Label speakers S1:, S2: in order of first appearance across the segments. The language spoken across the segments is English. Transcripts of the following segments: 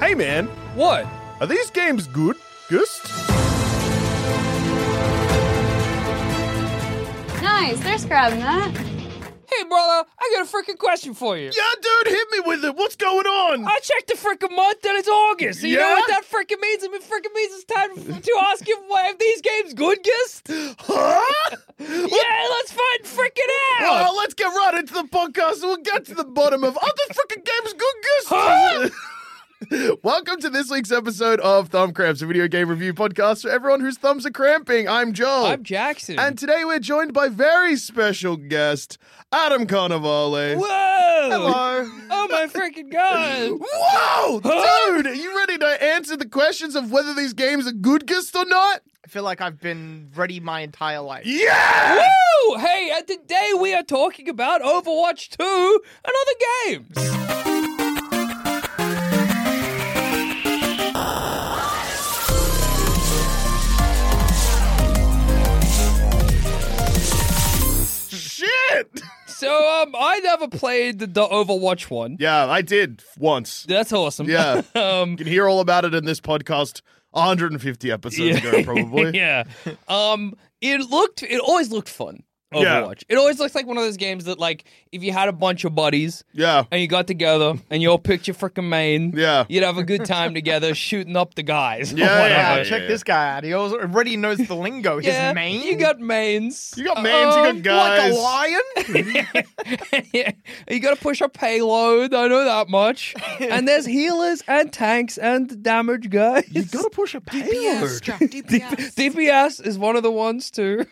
S1: Hey man,
S2: What?
S1: are these games good? Gust?
S3: Nice, there's grabbing that.
S2: Hey, brother, I got a freaking question for you.
S1: Yeah, dude, hit me with it. What's going on?
S2: I checked the freaking month and it's August. You know
S1: Yeah?
S2: what that freaking means? It mean- freaking means it's time f- to ask if why are these games good gist?
S1: Huh?
S2: Yeah, let's find freaking out.
S1: Well, let's get right into the podcast and we'll get to the bottom of other freaking games good gust. Welcome to this week's episode of Thumb Cramps, a video game review podcast for everyone whose thumbs are cramping. I'm Joel.
S2: I'm Jackson.
S1: and today we're joined by very special guest, Adam Carnavale.
S2: Whoa!
S1: Hello.
S2: Oh my freaking god!
S1: Whoa! Dude, are you ready to answer the questions of whether these games are good gist or not?
S4: I feel like I've been ready my entire life.
S1: Yeah!
S2: Woo! Hey, and today we are talking about Overwatch 2 and other games.
S1: Shit!
S2: So, um, I never played the, the Overwatch one.
S1: Yeah, I did once.
S2: That's awesome.
S1: Yeah.
S2: um,
S1: You can hear all about it in this podcast 150 episodes ago, probably.
S2: yeah. Um, it looked. It always looked fun.
S1: Yeah.
S2: Overwatch. It always looks like one of those games that, like, if you had a bunch of buddies
S1: Yeah.
S2: and you got together and you all picked your freaking main,
S1: Yeah.
S2: you'd have a good time together shooting up the guys. or
S1: Yeah, yeah,
S2: whatever.
S4: Yeah,
S1: yeah,
S4: "Ah, check
S1: yeah.
S4: this guy out. He also already knows the lingo.
S2: Yeah,
S4: His main.
S2: You got mains.
S1: You got mains, you got guys.
S4: Uh, like a lion.
S2: yeah, you got to push a payload. I know that much. and there's healers and tanks and damage guys. You got to push a payload. DPS. DPS is one of the ones too.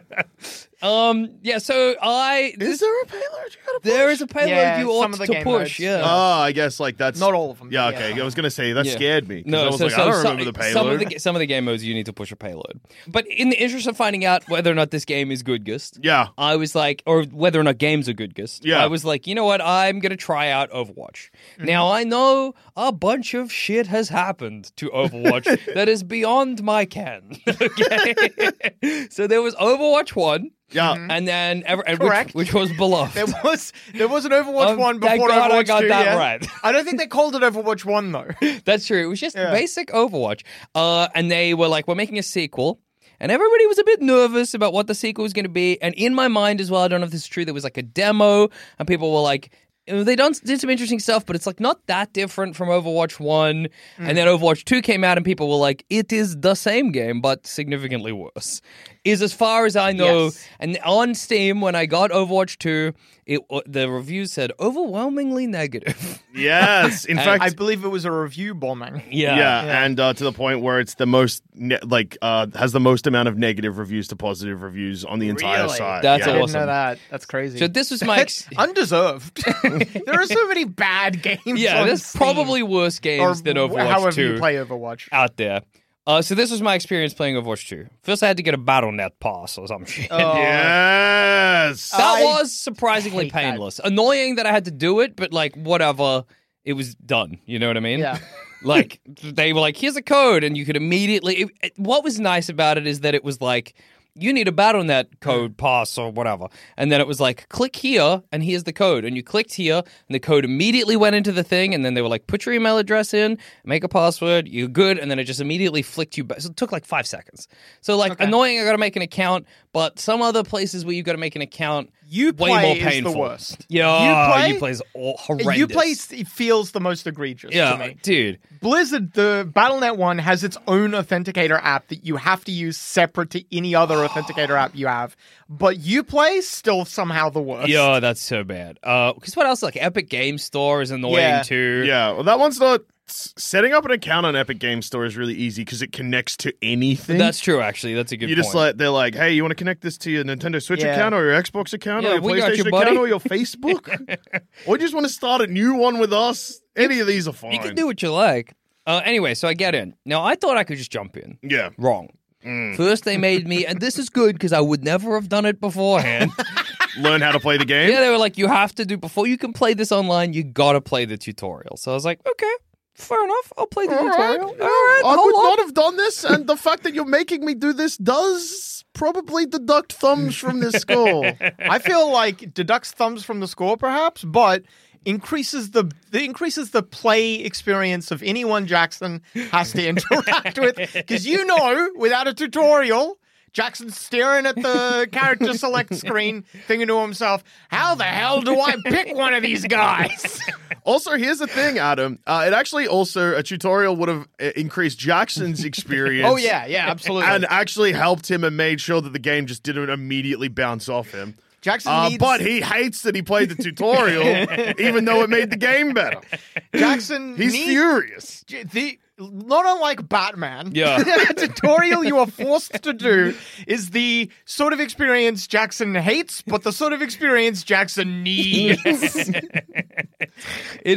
S2: um, yeah. So I
S1: Is there a payload you gotta push?
S2: there is a payload
S4: Yeah,
S2: you ought
S4: some of the
S2: to
S4: game
S2: push.
S4: modes.
S2: Yeah.
S1: Oh, I guess like that's
S4: Not all of them,
S1: Yeah,
S4: but
S1: okay.
S4: yeah.
S1: I was gonna say that
S2: Yeah.
S1: scared me. 'cause
S2: No,
S1: I was
S2: so,
S1: like,
S2: so
S1: I don't
S2: some-
S1: remember the
S2: Some of
S1: payload.
S2: the, ga- some of the game modes you need to push a payload. But in the interest of finding out whether or not this game is good, Gust,
S1: yeah. uh,
S2: I was like, or whether or not games are good, Gust.
S1: Yeah.
S2: I was like, you know what? I'm going to try out Overwatch. Now, I know a bunch of shit has happened to Overwatch that is beyond my ken. Okay. so there was Overwatch 1,
S1: Yeah.
S2: and then, ever, and
S4: Correct.
S2: which, which was beloved.
S4: There was there was an Overwatch
S2: Um,
S4: one
S2: thank
S4: before
S2: God
S4: Overwatch
S2: I got
S4: 2,
S2: that
S4: yeah.
S2: right.
S4: I don't think they called it Overwatch one though.
S2: That's true. It was just
S4: Yeah.
S2: basic Overwatch. Uh, and they were like, we're making a sequel. And everybody was a bit nervous about what the sequel was going to be. And in my mind as well, I don't know if this is true, there was like a demo, and people were like, "Oh, they done did some interesting stuff, but it's like not that different from Overwatch 1.
S4: Hmm.
S2: And then Overwatch 2 came out, and people were like, it is the same game, but significantly worse. Is as far as I know.
S4: Yes.
S2: And on Steam, when I got Overwatch 2, it uh, the reviews said overwhelmingly negative.
S1: Yes. In fact,
S4: I believe it was a review bombing.
S1: yeah, and uh, to the point where it's the most ne- like uh, has the most amount of negative reviews to positive reviews on the entire
S4: Really?
S1: site.
S2: That's
S4: I
S1: yeah.
S4: didn't
S2: awesome.
S4: know that. That's crazy.
S2: So this was my ex-
S4: That's undeserved. there are so many bad games.
S2: Yeah,
S4: on
S2: there's
S4: Steam.
S2: probably worse
S4: or
S2: games than
S4: wh-
S2: Overwatch
S4: however
S2: 2
S4: you play Overwatch.
S2: out there. Uh, so this was my experience playing Overwatch 2. First, I had to get a BattleNet pass or some shit.
S1: Yes.
S2: that
S4: Oh, I
S2: was surprisingly
S4: hate that.
S2: painless. Annoying that I had to do it, but like whatever, it was done. You know what I mean?
S4: Yeah.
S2: like they were like, "Here's a code," and you could immediately. It, it- what was nice about it is that it was like. you need a battle.net code pass or whatever. And then it was like, click here and here's the code. And you clicked here and the code immediately went into the thing. And then they were like, put your email address in, make a password, you're good. And then it just immediately flicked you back. So it took like five seconds. So like annoying, I got to make an account. But some other places where you got to make an account,
S4: You
S2: way
S4: play
S2: more
S4: is the
S2: painful.
S4: worst.
S2: Yeah,
S4: You play-
S2: you plays all horrendous.
S4: You play s- it feels the most egregious
S2: yeah,
S4: to me.
S2: dude.
S4: Blizzard, the BattleNet one has its own authenticator app that you have to use separate to any other authenticator app you have. But Uplay still somehow the worst.
S2: Yeah, that's so bad. Uh, because what else? Like Epic Game Store is annoying
S4: Yeah.
S2: too.
S1: Yeah, well, that one's not. s- Setting up an account on Epic Game Store is really easy because it connects to anything.
S2: That's true. Actually, that's a good.
S1: you just
S2: point.
S1: like they're like, hey, you want to connect this to your Nintendo Switch
S4: Yeah.
S1: account or your Xbox account
S2: Yeah,
S1: or your
S2: we got you,
S1: PlayStation
S2: buddy.
S1: account or your Facebook, or you just want to start a new one with us. Any of these are fine.
S2: you can do what you like. Uh, anyway, so I get in. Now I thought I could just jump in.
S1: Yeah.
S2: Wrong.
S1: Mm.
S2: First they made me, and this is good because I would never have done it beforehand.
S1: Learn how to play the game.
S2: yeah, they were like, you have to do before you can play this online. You gotta play the tutorial. So I was like, okay, fair enough. I'll play the
S1: All right.
S2: tutorial. All right,
S1: I
S2: hold
S1: would
S2: on.
S1: not have done this, and the fact that you're making me do this does probably deduct thumbs from this score.
S4: I feel like deducts thumbs from the score, perhaps, but increases the, the increases the play experience of anyone Jackson has to interact with. Because you know, without a tutorial, Jackson's staring at the character select screen, thinking to himself, "How the hell do I pick one of these guys?"
S1: Also, here's the thing, Adam. Uh, it actually also a tutorial would have uh, increased Jackson's experience.
S4: Oh yeah, yeah, absolutely.
S1: And actually helped him and made sure that the game just didn't immediately bounce off him.
S4: Jackson
S1: Uh,
S4: needs
S1: but he hates that he played the tutorial, even though it made the game better.
S4: Jackson
S1: He's
S4: needs
S1: furious.
S4: J- the not unlike Batman.
S2: Yeah.
S4: the tutorial you are forced to do is the sort of experience Jackson hates, but the sort of experience Jackson needs.
S2: It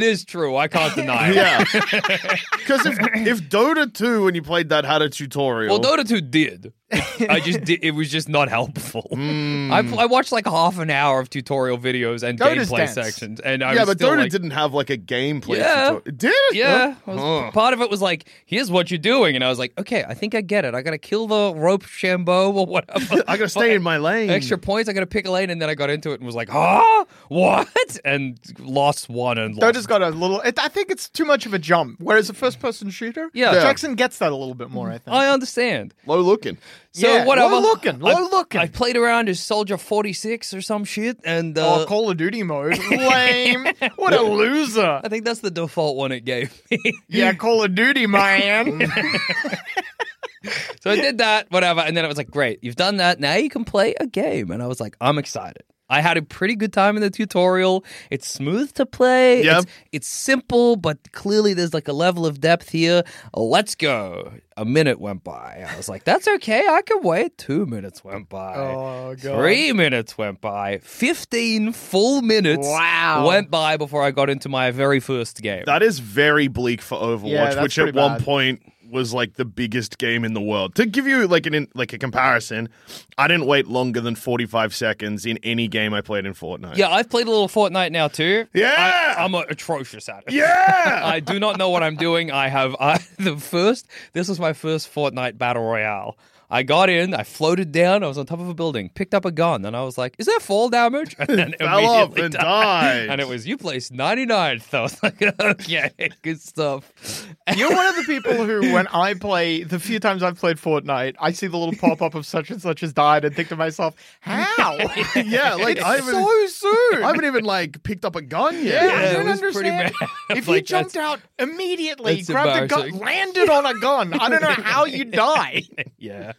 S2: is true. I can't deny it.
S1: Yeah. Because if, if Dota 2, when you played that, had a tutorial.
S2: Well, Dota 2 did. I just did. It was just not helpful.
S1: Hmm.
S2: I, pl- I watched like half an hour of tutorial videos and
S4: Dota's
S2: gameplay
S4: dense.
S2: sections, and I
S1: yeah,
S2: was
S1: but
S2: still
S1: Dota
S2: like,
S1: didn't have like a gameplay
S2: Yeah.
S1: tutorial. It Did it?
S2: Yeah, I
S1: Huh?
S2: was-
S1: Huh.
S2: part of it was like, "Here's what you're doing," and I was like, "Okay, I think I get it. I gotta kill the rope shambo or whatever.
S1: I gotta stay in my lane.
S2: Extra points. I gotta pick a lane." And then I got into it and was like, "Huh? What?" And lost one and lost.
S4: Dota's got a little. It, I think it's too much of a jump. Whereas a first-person shooter,
S2: Yeah. Yeah.
S4: Jackson gets that a little bit more. I think.
S2: I uh, understand.
S1: Low looking.
S2: So
S4: Yeah,
S2: whatever.
S4: low looking, low
S2: I-
S4: looking.
S2: I played around as Soldier 46 or some shit, and uh,
S4: oh, Call of Duty mode. Lame. what a loser.
S2: I think that's the default one it gave me.
S4: Yeah, Call of Duty, man.
S2: So I did that, whatever. And then it was like, great, you've done that. Now you can play a game. And I was like, I'm excited. I had a pretty good time in the tutorial. It's smooth to play.
S1: Yeah.
S2: It's, it's simple, but clearly there's like a level of depth here. Let's go. A minute went by. I was like, that's okay. I can wait. Two minutes went by.
S4: Oh, God.
S2: Three minutes went by. 15 full minutes
S4: Wow.
S2: went by before I got into my very first game.
S1: That is very bleak for Overwatch,
S4: Yeah, that's
S1: which at
S4: pretty
S1: one
S4: bad.
S1: point was like the biggest game in the world. To give you like an in, like a comparison, I didn't wait longer than 45 seconds in any game I played in Fortnite.
S2: yeah, I've played a little Fortnite now too.
S1: Yeah!
S2: I, am atrocious at it.
S1: Yeah.
S2: I do not know what I'm doing. I have I, the first. This was my first Fortnite battle royale. I got in. I floated down. I was on top of a building. Picked up a gun, and I was like, "Is that fall damage?" And then
S1: Fell off
S2: immediately
S1: and died.
S2: And it was you placed 99th. I was like, "Okay, good stuff."
S4: You're one of the people who, when I play, the few times I've played Fortnite, I see the little pop up of such and such has died and think to myself, how?
S1: yeah, like
S4: It's
S1: I haven't,
S4: so soon.
S1: I haven't even like picked up a gun
S4: yeah,
S1: yet.
S2: Yeah,
S4: I
S2: it
S4: don't
S2: was pretty
S4: understand.
S2: bad.
S4: If you
S2: Like,
S4: jumped out immediately,
S2: that's
S4: grabbed a gun,
S2: embarrassing.
S4: landed on a gun, I don't know how you die.
S2: Yeah.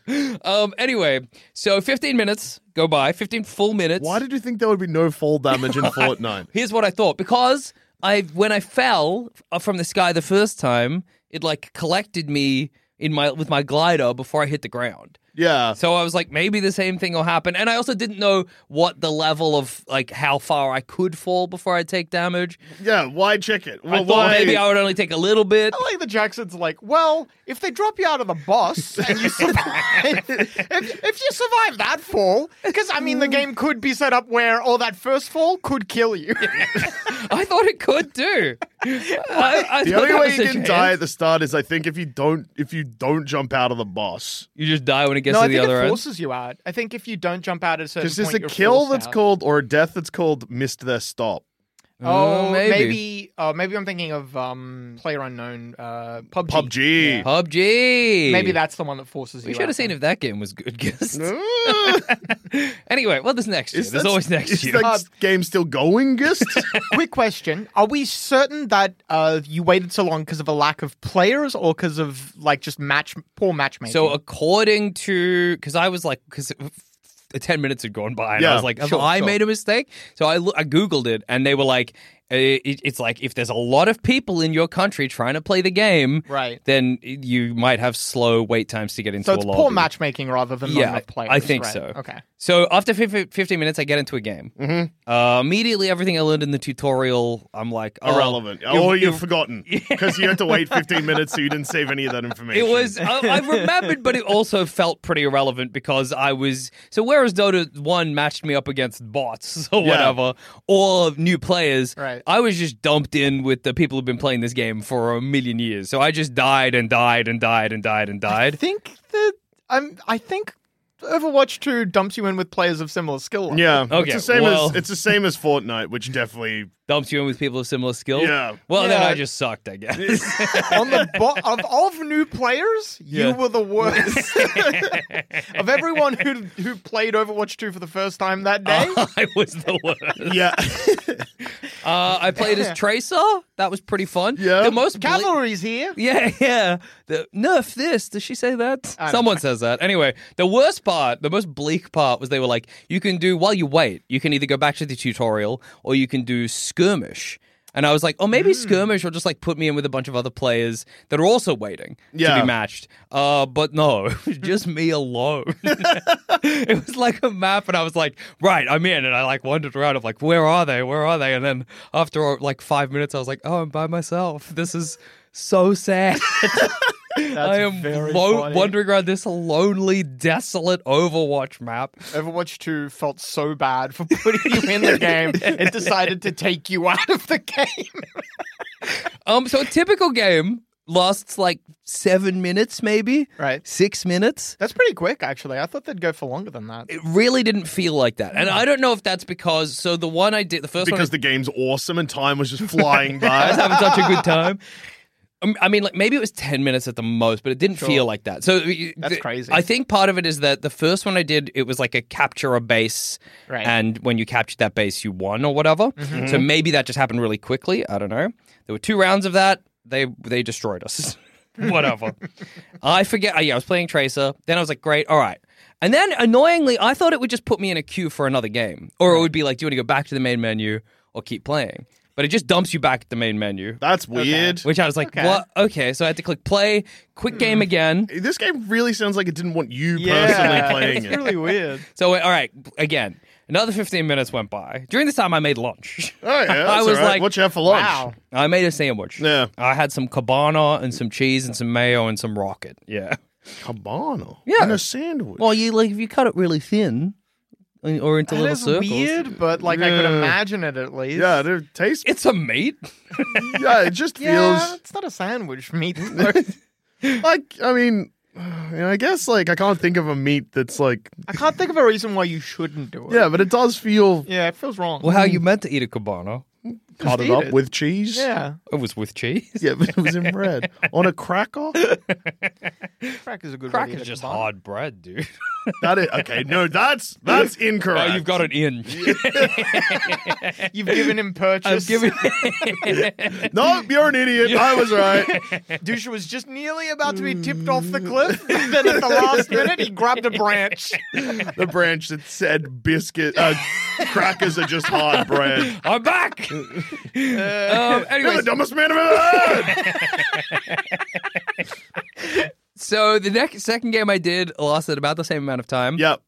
S2: Um. Anyway, so 15 minutes go by. 15 full minutes.
S1: Why did you think there would be no fall damage in Fortnite?
S2: Here's what I thought because I when I fell uh, from the sky the first time, it like collected me in my with my glider before I hit the ground.
S1: Yeah.
S2: So I was like, maybe the same thing will happen. And I also didn't know what the level of like how far I could fall before I take damage.
S1: Yeah, why check it?
S2: I
S1: Well,
S2: thought
S1: why?
S2: maybe I would only take a little bit.
S4: I like the Jackson's like, well, if they drop you out of the bus and you survive, if, if you survive that fall, because I
S2: Mm.
S4: mean, the game could be set up where, oh, that first fall could kill you.
S2: I thought it could too. I, I
S1: the
S2: thought
S1: only
S2: that
S1: way
S2: was
S1: you
S2: a
S1: can
S2: chance.
S1: die at the start is I think if you don't if you don't jump out of the boss.
S2: you just die when it gets
S4: no,
S2: to
S4: I
S2: the
S4: think
S2: other
S4: it
S2: end.
S4: forces you out. I think if you don't jump out at a certain
S1: Just is
S4: point,
S1: a
S4: you're
S1: kill
S4: forced
S1: that's
S4: out.
S1: called or a death that's called missed their stop.
S2: Oh,
S4: Oh,
S2: maybe.
S4: maybe. Oh, maybe I'm thinking of um, player unknown uh,
S1: PUBG.
S4: PUBG.
S2: PUBG.
S4: Maybe that's the one that forces
S2: We
S4: you.
S2: should have seen
S4: it.
S2: if that game was good. Guess. anyway, well, there's next year.
S1: Is
S2: there's
S1: that-
S2: always next
S1: is
S2: year.
S1: that game still going, Gist?
S4: Quick question: Are we certain that uh, you waited so long because of a lack of players, or because of like just match poor matchmaking?
S2: So uh, according to, because I was like, because ten minutes had gone by, and I
S1: Yeah,
S2: was like, have
S4: sure,
S2: I
S4: sure.
S2: made a mistake? So I, loo- I googled it, and they were like, uh, it, it's like if there's a lot of people in your country trying to play the game,
S4: Right.
S2: Then you might have slow wait times to get into
S4: So
S2: a
S4: it's
S2: lobby.
S4: poor matchmaking rather than
S2: Yeah,
S4: not enough players.
S2: I think
S4: right?
S2: so.
S4: Okay.
S2: So after fif- 15 minutes, I get into a game. Mm-hmm. Uh, immediately, everything I learned in the tutorial, I'm like, oh,
S1: Irrelevant. or you've forgotten because you had to wait 15 minutes, so you didn't save any of that information.
S2: It was I, I remembered, but it also felt pretty irrelevant because I was so. Whereas Dota one matched me up against bots or
S1: Yeah.
S2: whatever, or new players,
S4: Right.
S2: I was just dumped in with the people who've been playing this game for a million years. So I just died and died and died and died and
S4: I
S2: died.
S4: think that I'm. I think Overwatch Two dumps you in with players of similar skill. level.
S1: Yeah.
S2: Okay,
S1: It's the same
S2: well-
S1: as it's the same as Fortnite, which definitely
S2: Dumped you in with people of similar skill.
S1: Yeah.
S2: Well, then
S4: Yeah.
S2: I just sucked, I guess.
S4: on the bo- of of new players,
S2: Yeah.
S4: you were the worst. of everyone who who played Overwatch 2 for the first time that day,
S2: I was the worst.
S1: yeah.
S2: Uh, I played as Tracer. That was pretty fun.
S1: Yeah.
S2: The most bla-
S4: cavalry's here.
S2: Yeah, yeah. The nerf this. Does she say that?
S4: I don't
S2: Someone says that. Anyway, the worst part, the most bleak part was they were like, you can do while you wait, you can either go back to the tutorial or you can do skirmish. And I was like, oh, maybe skirmish will just like put me in with a bunch of other players that are also waiting to
S1: Yeah.
S2: be matched. Uh, but no, it was just me alone. it was like a map, and I was like, right, I'm in. And I like wandered around. I'm like, where are they? Where are they? And then after like five minutes, I was like, oh, I'm by myself. This is so sad. I am lo- wandering around this lonely, desolate Overwatch map.
S4: Overwatch 2 felt so bad for putting you in the game, it decided to take you out of the game.
S2: Um, so a typical game lasts like seven minutes, maybe
S4: Right.
S2: six minutes.
S4: That's pretty quick, actually. I thought they'd go for longer than that.
S2: It really didn't feel like that, and I don't know if that's because. So the one I did, the first one, I
S1: because the game's awesome and time was just flying
S2: I was
S1: by.
S2: having such a good time. Um, I mean, like maybe it was ten minutes at the most, but it didn't feel like that. So y-
S4: That's
S2: th-
S4: crazy.
S2: I think part of it is that the first one I did, it was like a capture a base,
S4: Right. Mm-hmm.
S2: and when you captured that base, you won or whatever. So maybe that just happened really quickly. I don't know. There were two rounds of that. They they destroyed us. whatever. I forget. oh, yeah, I was playing Tracer. Then I was like, great, all right. And then annoyingly, I thought it would just put me in a queue for another game, or it would be like, do you want to go back to the main menu or keep playing? But it just dumps you back at the main menu.
S1: That's weird.
S2: Which I was like, what? Okay, so I had to click play,
S1: Hmm.
S2: quit game again.
S1: This game really sounds like it didn't want you personally playing
S4: it's
S1: it.
S4: really weird.
S2: So, all right, again, another 15 minutes went by. During this time, I made lunch.
S1: Oh yeah, that's
S2: I was
S1: all right.
S2: like,
S1: what you have for lunch?
S4: Wow.
S2: I made a sandwich.
S1: Yeah.
S2: I had some cabana and some cheese and some mayo and some rocket. Yeah.
S1: Cabana.
S2: Yeah.
S1: and a sandwich.
S2: Well, you like if you cut it really thin or into
S4: That
S2: little
S4: is
S2: circles.
S4: weird, but like I could
S1: Yeah.
S4: imagine it at least.
S1: yeah, it tastes.
S2: It's a meat.
S1: yeah, it just
S4: Yeah,
S1: feels
S4: it's not a sandwich meat.
S1: like. I mean, I guess like I can't think of a meat that's like.
S4: I can't think of a reason why you shouldn't do it.
S1: Yeah, but it does feel
S4: Yeah, it feels wrong.
S2: Well, how you meant to eat a cabana?
S1: cut it
S4: eat
S1: up
S4: it.
S1: with cheese.
S4: yeah,
S2: It was with cheese.
S1: Yeah, but it was in bread on a cracker.
S4: crack is a good.
S2: Crack
S4: way
S2: is
S4: to eat a
S2: just
S4: kebab.
S2: hard bread, dude.
S1: That is okay. No, that's that's
S2: Oh,
S1: incorrect.
S2: you've got it in.
S4: You've given him purchase.
S2: I've given.
S1: Nope, you're an idiot. I was right.
S4: Dusha was just nearly about to be tipped off
S2: Mm.
S4: the cliff. then at the last minute, he grabbed a branch.
S1: The branch that said biscuit uh, crackers are just hard bread.
S2: I'm back.
S4: Uh,
S2: um,
S1: You're
S2: anyway,
S1: the dumbest man I've ever heard.
S2: so the next second game I did lasted about the same amount of time.
S1: Yep.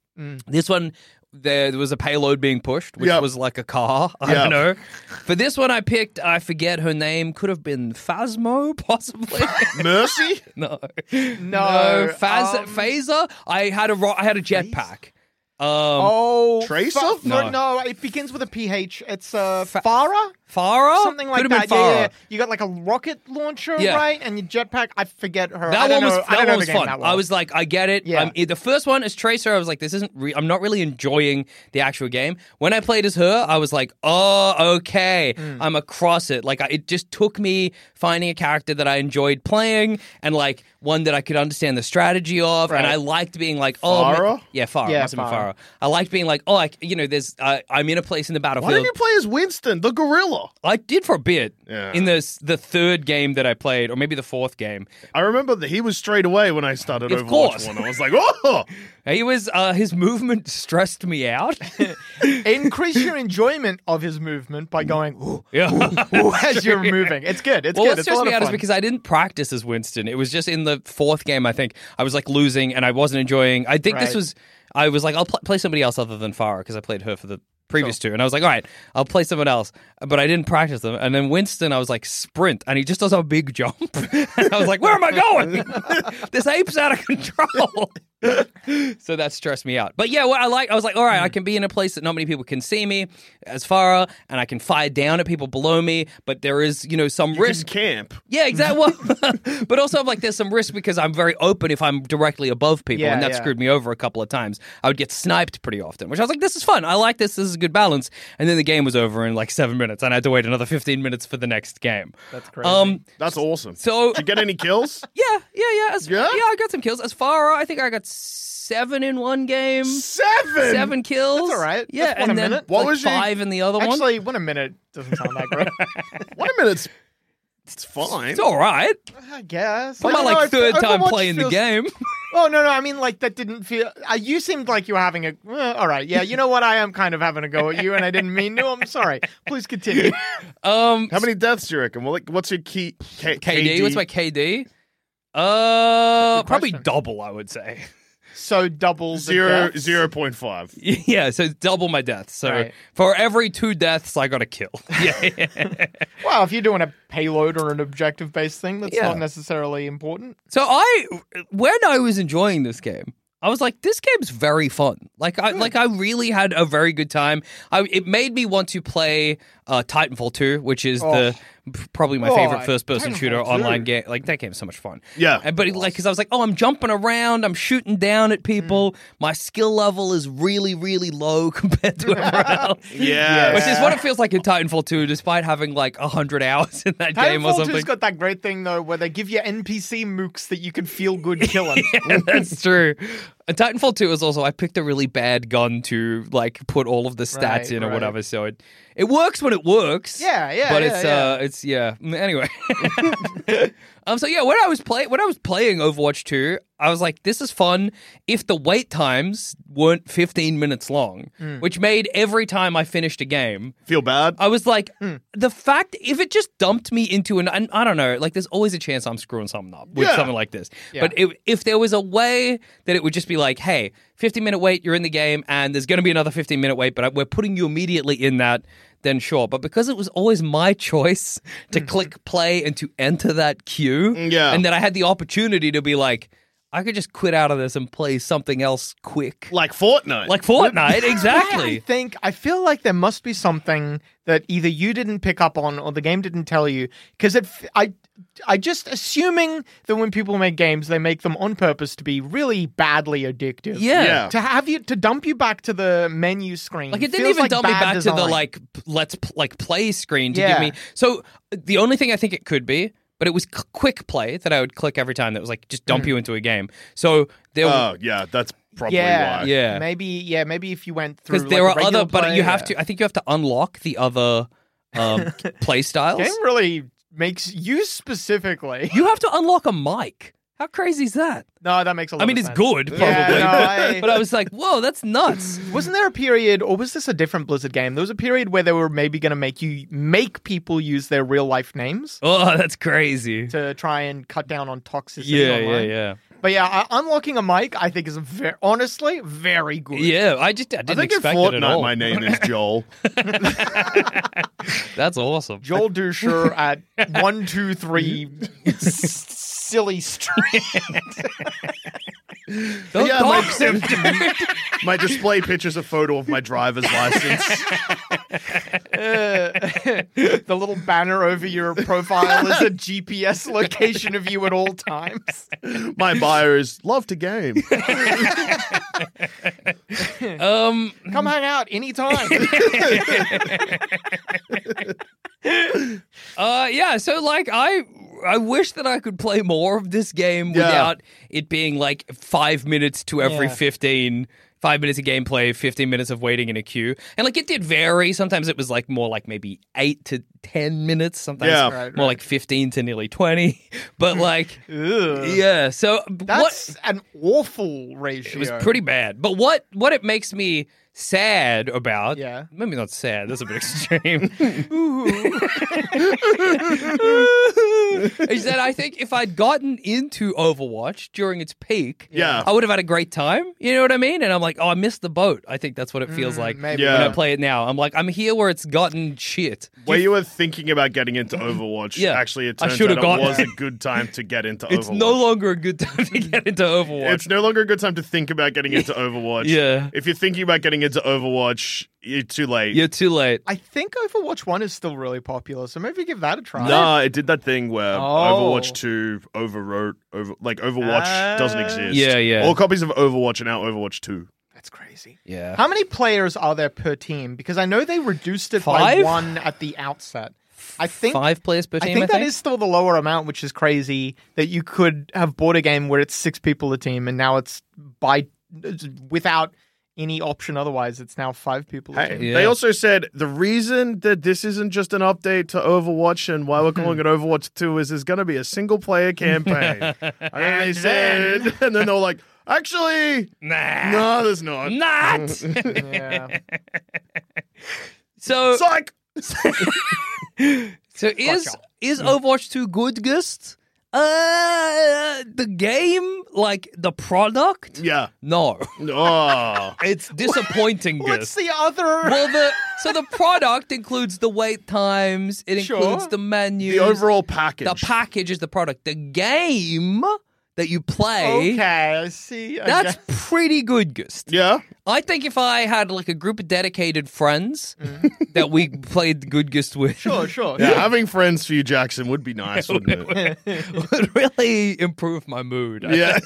S2: This one, there, there was a payload being pushed, which
S1: Yep.
S2: was like a car. I
S1: Yep.
S2: don't know. For this one, I picked. I forget her name. Could have been Phasmo, possibly.
S1: Mercy?
S2: no.
S4: No,
S2: Phaz-
S4: um,
S2: Phaser. I had a ro- I had a jetpack. Um,
S4: Oh,
S1: Tracer?
S4: fa-
S2: No.
S4: no. no, it begins with a PH. It's uh, Farah,
S2: Farah?
S4: something like
S2: Could've
S4: that.
S2: Oh, Been
S4: Yeah, yeah,
S2: Farah.
S4: yeah. you got like a rocket launcher,
S2: Yeah.
S4: right? And your jetpack. I forget her. I
S2: That
S4: don't
S2: one was
S4: know- I don't
S2: that one
S4: know the
S2: was
S4: game
S2: fun.
S4: that well.
S2: I was like, I get it.
S4: Yeah.
S2: Um, it- the first one as Tracer, I was like, this isn't. Re- I'm not really enjoying the actual game. When I played as her, I was like, oh, okay,
S4: Hmm.
S2: I'm across it. Like, I, it just took me finding a character that I enjoyed playing and like one that I could understand the strategy of, and
S4: Right.
S2: I liked being like, oh, ma-
S1: Farah?
S2: yeah, Farah,
S4: Yeah,
S2: must have been
S4: Farah.
S2: Farah. I liked being like, oh, I, c- you know, there's, uh, I'm in a place in the
S1: Why
S2: battlefield.
S1: didn't you play as Winston, the gorilla?
S2: I did for a bit
S1: Yeah.
S2: in the s- the third game that I played, or maybe the fourth game.
S1: I remember that he was straight away when I started
S2: Of
S1: Overwatch
S2: course.
S1: 1. I was like, oh!
S2: He was uh, his movement stressed me out.
S4: increase your enjoyment of his movement by going ooh,
S2: yeah.
S4: ooh as you're moving. It's good. It's
S2: Well, what
S4: good. It's a
S2: stressed
S4: lot
S2: me
S4: of
S2: out is
S4: fun.
S2: because I didn't practice as Winston. It was just in the fourth game, I think. I was like losing and I wasn't enjoying. I think this
S4: Right.
S2: was, I was like, I'll pl- play somebody else other than Farah because I played her for the previous two. And I was like, all right, I'll play someone else. But I didn't practice them. And then Winston, I was like, sprint. And he just does a big jump. and I was like, where am I going? this ape's out of control. so that stressed me out. But yeah, what I like, I was like, all right, I can be in a place that not many people can see me as Farah, and I can fire down at people below me. But there is, you know, some
S1: Chris
S2: risk.
S1: Camp.
S2: Yeah, exactly. Well, but also, I'm like, there's some risk because I'm very open if I'm directly above people,
S4: Yeah,
S2: and that
S4: yeah.
S2: screwed me over a couple of times. I would get sniped pretty often, which I was like, this is fun. I like this. This is a good balance. And then the game was over in like seven minutes, and I had to wait another 15 minutes for the next game. That's
S4: crazy.
S1: That's awesome.
S2: So-
S1: Did you get any kills?
S2: yeah, yeah, yeah. As, yeah.
S1: Yeah?
S2: I got some kills. As far, I think I got seven in one game.
S1: Seven!
S2: Seven kills.
S4: That's all right.
S2: Yeah,
S4: That's one
S2: and
S4: a
S2: then
S4: minute.
S2: What
S1: What
S2: was
S1: was your-
S2: five in the other one.
S4: Actually, one a minute doesn't sound that great.
S1: Wait a minute. It's, it's fine.
S2: It's all right.
S4: I guess.
S2: I'm
S4: I
S2: my
S4: don't know,
S2: like
S4: it-
S2: third time
S4: Overwatch
S2: playing the
S4: feels-
S2: game.
S4: Oh no, no. I mean, like that didn't feel. Uh, you seemed like you were having a. eh, all right, yeah. You know what? I am kind of having a go at you, and I didn't mean to. I'm sorry. Please continue.
S2: Um,
S1: How many deaths do you reckon? Well, like, what's your key? K-
S2: KD. What's my KD? Uh,
S4: Good
S2: probably
S4: question.
S2: double. I would say.
S4: So double the
S1: Zero,
S4: deaths.
S1: 0.5.
S2: yeah, so double my deaths. So
S4: Right.
S2: for every two deaths, I got a kill. Yeah,
S4: Well, if you're doing a payload or an objective based thing, that's
S2: Yeah.
S4: not necessarily important.
S2: So I, when I was enjoying this game, I was like, this game's very fun. Like
S4: Hmm.
S2: I, like I really had a very good time. I, it made me want to play uh, Titanfall 2, which is the probably my
S4: Oh,
S2: favorite first person
S4: Titanfall
S2: shooter
S4: 2.
S2: online game. Like that game's so much fun.
S1: Yeah.
S2: And, but it, like, because I was like, oh, I'm jumping around, I'm shooting down at people.
S4: Hmm.
S2: My skill level is really, really low compared to everyone else.
S1: Yeah.
S2: Which is what it feels like in Titanfall 2, despite having like 100 hours in that game or
S4: Titanfall 2's
S2: something.
S4: got that great thing though, where they give you NPC mooks that you can feel good killing.
S2: Yeah, that's true. And Titanfall 2 is also I picked a really bad gun to like put all of the stats
S4: Right,
S2: in or
S4: right.
S2: whatever, so it it works when it works.
S4: Yeah, yeah,
S2: But
S4: yeah,
S2: it's
S4: yeah.
S2: uh it's yeah. Mm, Anyway. um so yeah, when I was play when I was playing Overwatch 2, I was like, this is fun if the wait times weren't 15 minutes long,
S4: Mm.
S2: which made every time I finished a game
S1: Feel bad?
S2: I was like,
S1: Hmm.
S2: the fact if it just dumped me into an, and I don't know, like there's always a chance I'm screwing something up with
S1: Yeah.
S2: something like this. But it, if there was a way that it would just be like, hey, 15 minute wait, you're in the game, and there's going to be another 15 minute wait, but we're putting you immediately in that, then sure. But because it was always my choice to click play and to enter that
S1: Hmm.
S2: queue,
S1: Mm, Yeah.
S2: and then I had the opportunity to be like, I could just quit out of this and play something else quick,
S1: like Fortnite.
S2: like Fortnite,
S4: I
S2: exactly.
S4: think I feel like there must be something that either you didn't pick up on or the game didn't tell you because it f- I I just assuming that when people make games they make them on purpose to be really badly addictive.
S2: yeah.
S1: Yeah.
S4: To have you to dump you back to the menu screen.
S2: Like it didn't
S4: feels
S2: even
S4: like
S2: dump me
S4: bad
S2: back to the
S4: design.
S2: like p- let's p- like play screen to
S4: Yeah.
S2: give me. So uh, the only thing I think it could be, but it was c- quick play that I would click every time that was like just dump
S4: Mm.
S2: you into a game. So there,
S1: Oh, yeah. That's probably
S4: yeah,
S1: why.
S2: Yeah.
S4: Maybe yeah, maybe if you went through
S2: because there
S4: like, a
S2: are
S4: regular
S2: other, but you
S4: play-
S2: have
S4: yeah.
S2: to. uh, I think you have to unlock the other um, play styles.
S4: Game really makes you specifically.
S2: You have to unlock a mic. How crazy is that?
S4: No, that makes a lot.
S2: I mean,
S4: of
S2: it's
S4: sense.
S2: good, probably,
S4: Yeah, no, I-
S2: but I was like, whoa, that's nuts.
S4: Wasn't there a period, or was this a different Blizzard game? There was a period where they were maybe going to make you make people use their real life names
S2: Oh, that's crazy.
S4: to try and cut down on toxicity.
S2: Yeah, yeah,
S4: online.
S2: yeah,
S4: But yeah, I, unlocking a mic, I think, is very, honestly very good.
S2: yeah. I just I
S1: I
S2: didn't
S1: think in
S2: expect it at
S1: Fortnite,
S2: all.
S1: my name is Joel.
S2: That's awesome.
S4: Joel Dusher at one, two, three, s- silly street.
S2: Don't
S1: Yeah,
S2: talk,
S1: like-
S2: Sim.
S1: My display picture's a photo of my driver's license.
S4: the little banner over your profile is a GPS location of you at all times.
S1: My bio is love to game.
S2: um,
S4: Come hang out anytime.
S2: uh, yeah. So like, I I wish that I could play more of this game
S1: Yeah.
S2: without it being like five minutes to every
S4: Yeah.
S2: fifteen. Five minutes of gameplay, fifteen minutes of waiting in a queue, and like it did vary. Sometimes it was like more like maybe eight to ten minutes. Sometimes
S1: Yeah.
S2: more
S1: Right,
S2: like fifteen to nearly twenty. But like,
S4: Ugh.
S2: yeah. So what?
S4: That's an awful ratio.
S2: It was pretty bad. But what what it makes me sad about?
S4: Yeah.
S2: maybe not sad. That's a bit extreme. is that I think if I'd gotten into Overwatch during its peak,
S1: Yeah.
S2: I would have had a great time. You know what I mean? And I'm like, oh, I missed the boat. I think that's what it feels like
S4: Mm, maybe.
S2: when I
S1: Yeah.
S2: play it now. I'm like, I'm here where it's gotten shit.
S1: Where you were thinking about getting into Overwatch,
S2: Yeah.
S1: actually, it
S2: I
S1: turns out
S2: should
S1: it
S2: have gotten
S1: was a
S2: it.
S1: good time to get into
S2: It's
S1: Overwatch.
S2: no longer a good time to get into Overwatch.
S1: it's no longer a good time to think about getting into Overwatch.
S2: Yeah.
S1: If you're thinking about getting into Overwatch, you're too late.
S2: You're too late.
S4: I think Overwatch 1 is still really popular, so maybe give that a try.
S1: Nah, it did that thing where
S4: Oh.
S1: Overwatch 2 overwrote over like Overwatch doesn't
S4: Ah.
S1: exist.
S2: Yeah, yeah.
S1: All copies of Overwatch are now Overwatch 2.
S4: That's crazy.
S2: Yeah.
S4: How many players are there per team? Because I know they reduced it by
S2: Five?
S4: one at the outset. I think
S2: Five players per team.
S4: I
S2: I
S4: think that is still the lower amount, which is crazy that you could have bought a game where it's six people a team, and now it's by without any option otherwise. It's now five people a
S1: Hey,
S4: team.
S2: Yeah.
S1: They also said the reason that this isn't just an update to Overwatch and why we're calling it Overwatch 2 is there's going to be a single player campaign. and then they said, and then they were like, actually,
S2: Nah.
S1: no, there's not.
S2: Not.
S4: Yeah.
S2: so
S1: Psych!
S2: So is
S4: y'all.
S2: is Overwatch 2 good, Gust? Uh, the game, like the product?
S1: Yeah.
S2: No,
S1: Oh.
S2: it's disappointing,
S4: What's
S2: Gust.
S4: the other?
S2: Well, the so the product includes the wait times. It
S4: Sure.
S2: includes the menu.
S1: the overall package.
S2: the package is the product. The game that you play.
S4: okay, I see. I
S2: That's
S4: guess.
S2: pretty good, Gust.
S1: yeah.
S2: I think if I had like a group of dedicated friends that we played Good Gust with,
S4: Mm. sure, sure.
S1: Yeah, having friends for you, Jackson, would be nice, wouldn't it?
S2: would really improve my mood. I
S1: Yeah.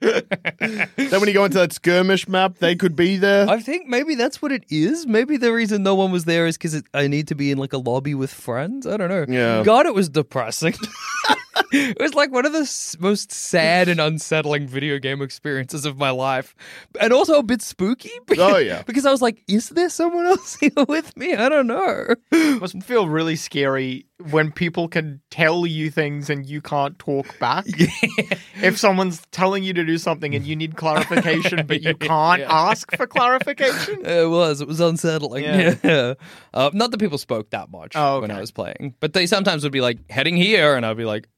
S1: then when you go into that skirmish map, they could be there.
S2: I think maybe that's what it is. Maybe the reason no one was there is because I need to be in like a lobby with friends. I don't know.
S1: Yeah.
S2: God, it was depressing. it was like one of the s- most sad and unsettling video game experiences of my life, and also a bit spooky.
S1: Oh, yeah.
S2: because I was like, is there someone else here with me? I don't know.
S4: must feel really scary when people can tell you things and you can't talk back. If someone's telling you to do something and you need clarification, but you can't ask for clarification.
S2: It was. It was unsettling.
S4: Yeah.
S2: Yeah. Uh, not that people spoke that much
S4: Oh,
S2: when I
S4: okay.
S2: was playing, but they sometimes would be like heading here, and I'd be like,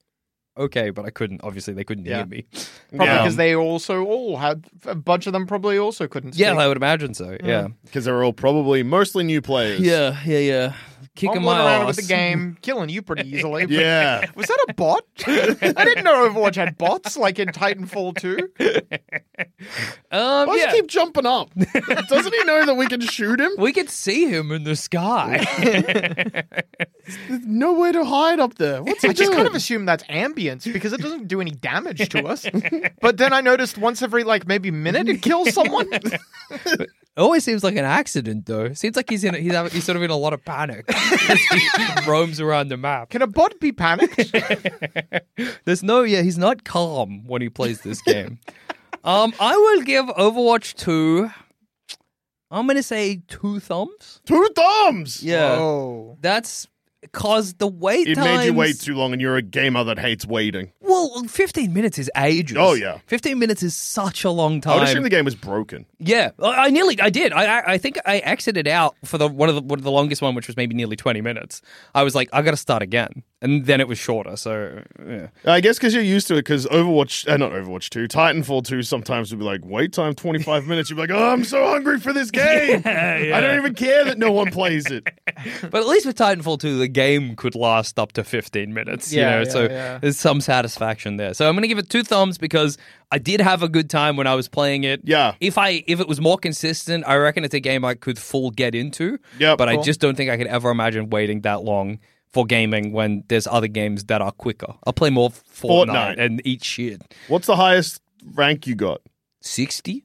S2: okay, but I couldn't. Obviously, they couldn't
S4: Yeah.
S2: hear me.
S4: Probably
S1: Yeah.
S4: because they also all had a bunch of them probably also couldn't. Speak.
S2: Yeah, I would imagine
S1: uh,
S2: so. Yeah.
S1: Because they're all probably mostly new players.
S2: Yeah, yeah, yeah. Kicking
S4: I'm
S2: my
S4: running around
S2: ass.
S4: with the game, killing you pretty easily.
S1: Yeah.
S4: Was that a bot? I didn't know Overwatch had bots like in Titanfall 2.
S2: Um,
S1: Why does
S2: yeah.
S1: he keep jumping up? Doesn't he know that we can shoot him?
S2: We could see him in the sky.
S1: There's nowhere to hide up there. What's he
S4: I just
S1: doing?
S4: kind of assume that's ambience because it doesn't do any damage to us. But then I noticed once every like maybe minute it kills someone.
S2: Always seems like an accident, though. Seems like he's in. He's, having, he's sort of in a lot of panic. he roams around the map.
S4: Can a bot be panicked?
S2: There's no. Yeah, he's not calm when he plays this game. um, I will give Overwatch two. I'm gonna say two thumbs.
S1: Two thumbs.
S2: Yeah,
S4: Oh.
S2: that's cause the wait.
S1: It made you
S2: times-
S1: wait too long, and you're a gamer that hates waiting.
S2: Well, 15 minutes is ages.
S1: Oh, yeah.
S2: 15 minutes is such a long
S1: I
S2: time.
S1: would assume the game was broken.
S2: Yeah, I I nearly, I did. I, I, I think I exited out for the one of the one of the longest one, which was maybe nearly twenty minutes. I was like, I got to start again, and then it was shorter. So yeah.
S1: I guess because you're used to it. Because Overwatch, uh, not Overwatch two, Titanfall two, sometimes would be like wait time twenty five minutes. You'd be like, oh, I'm so hungry for this game. I don't even care that no one plays it.
S2: But at least with Titanfall 2, the game could last up to 15 minutes,
S4: Yeah,
S2: you know,
S4: yeah,
S2: so
S4: yeah.
S2: there's some satisfaction there. So I'm going to give it two thumbs because I did have a good time when I was playing it.
S1: Yeah.
S2: If I if it was more consistent, I reckon it's a game I could full get into.
S1: Yep.
S2: But I
S1: Cool.
S2: just don't think I could ever imagine waiting that long for gaming when there's other games that are quicker. I'll play more Fortnite,
S1: Fortnite.
S2: and eat shit.
S1: What's the highest rank you got?
S2: 60?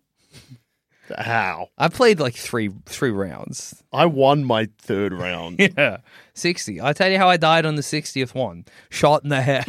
S1: How?
S2: I played like 3 3 rounds.
S1: I won my third round.
S2: Yeah, 60. I tell you how I died on the 60th one. Shot in the head.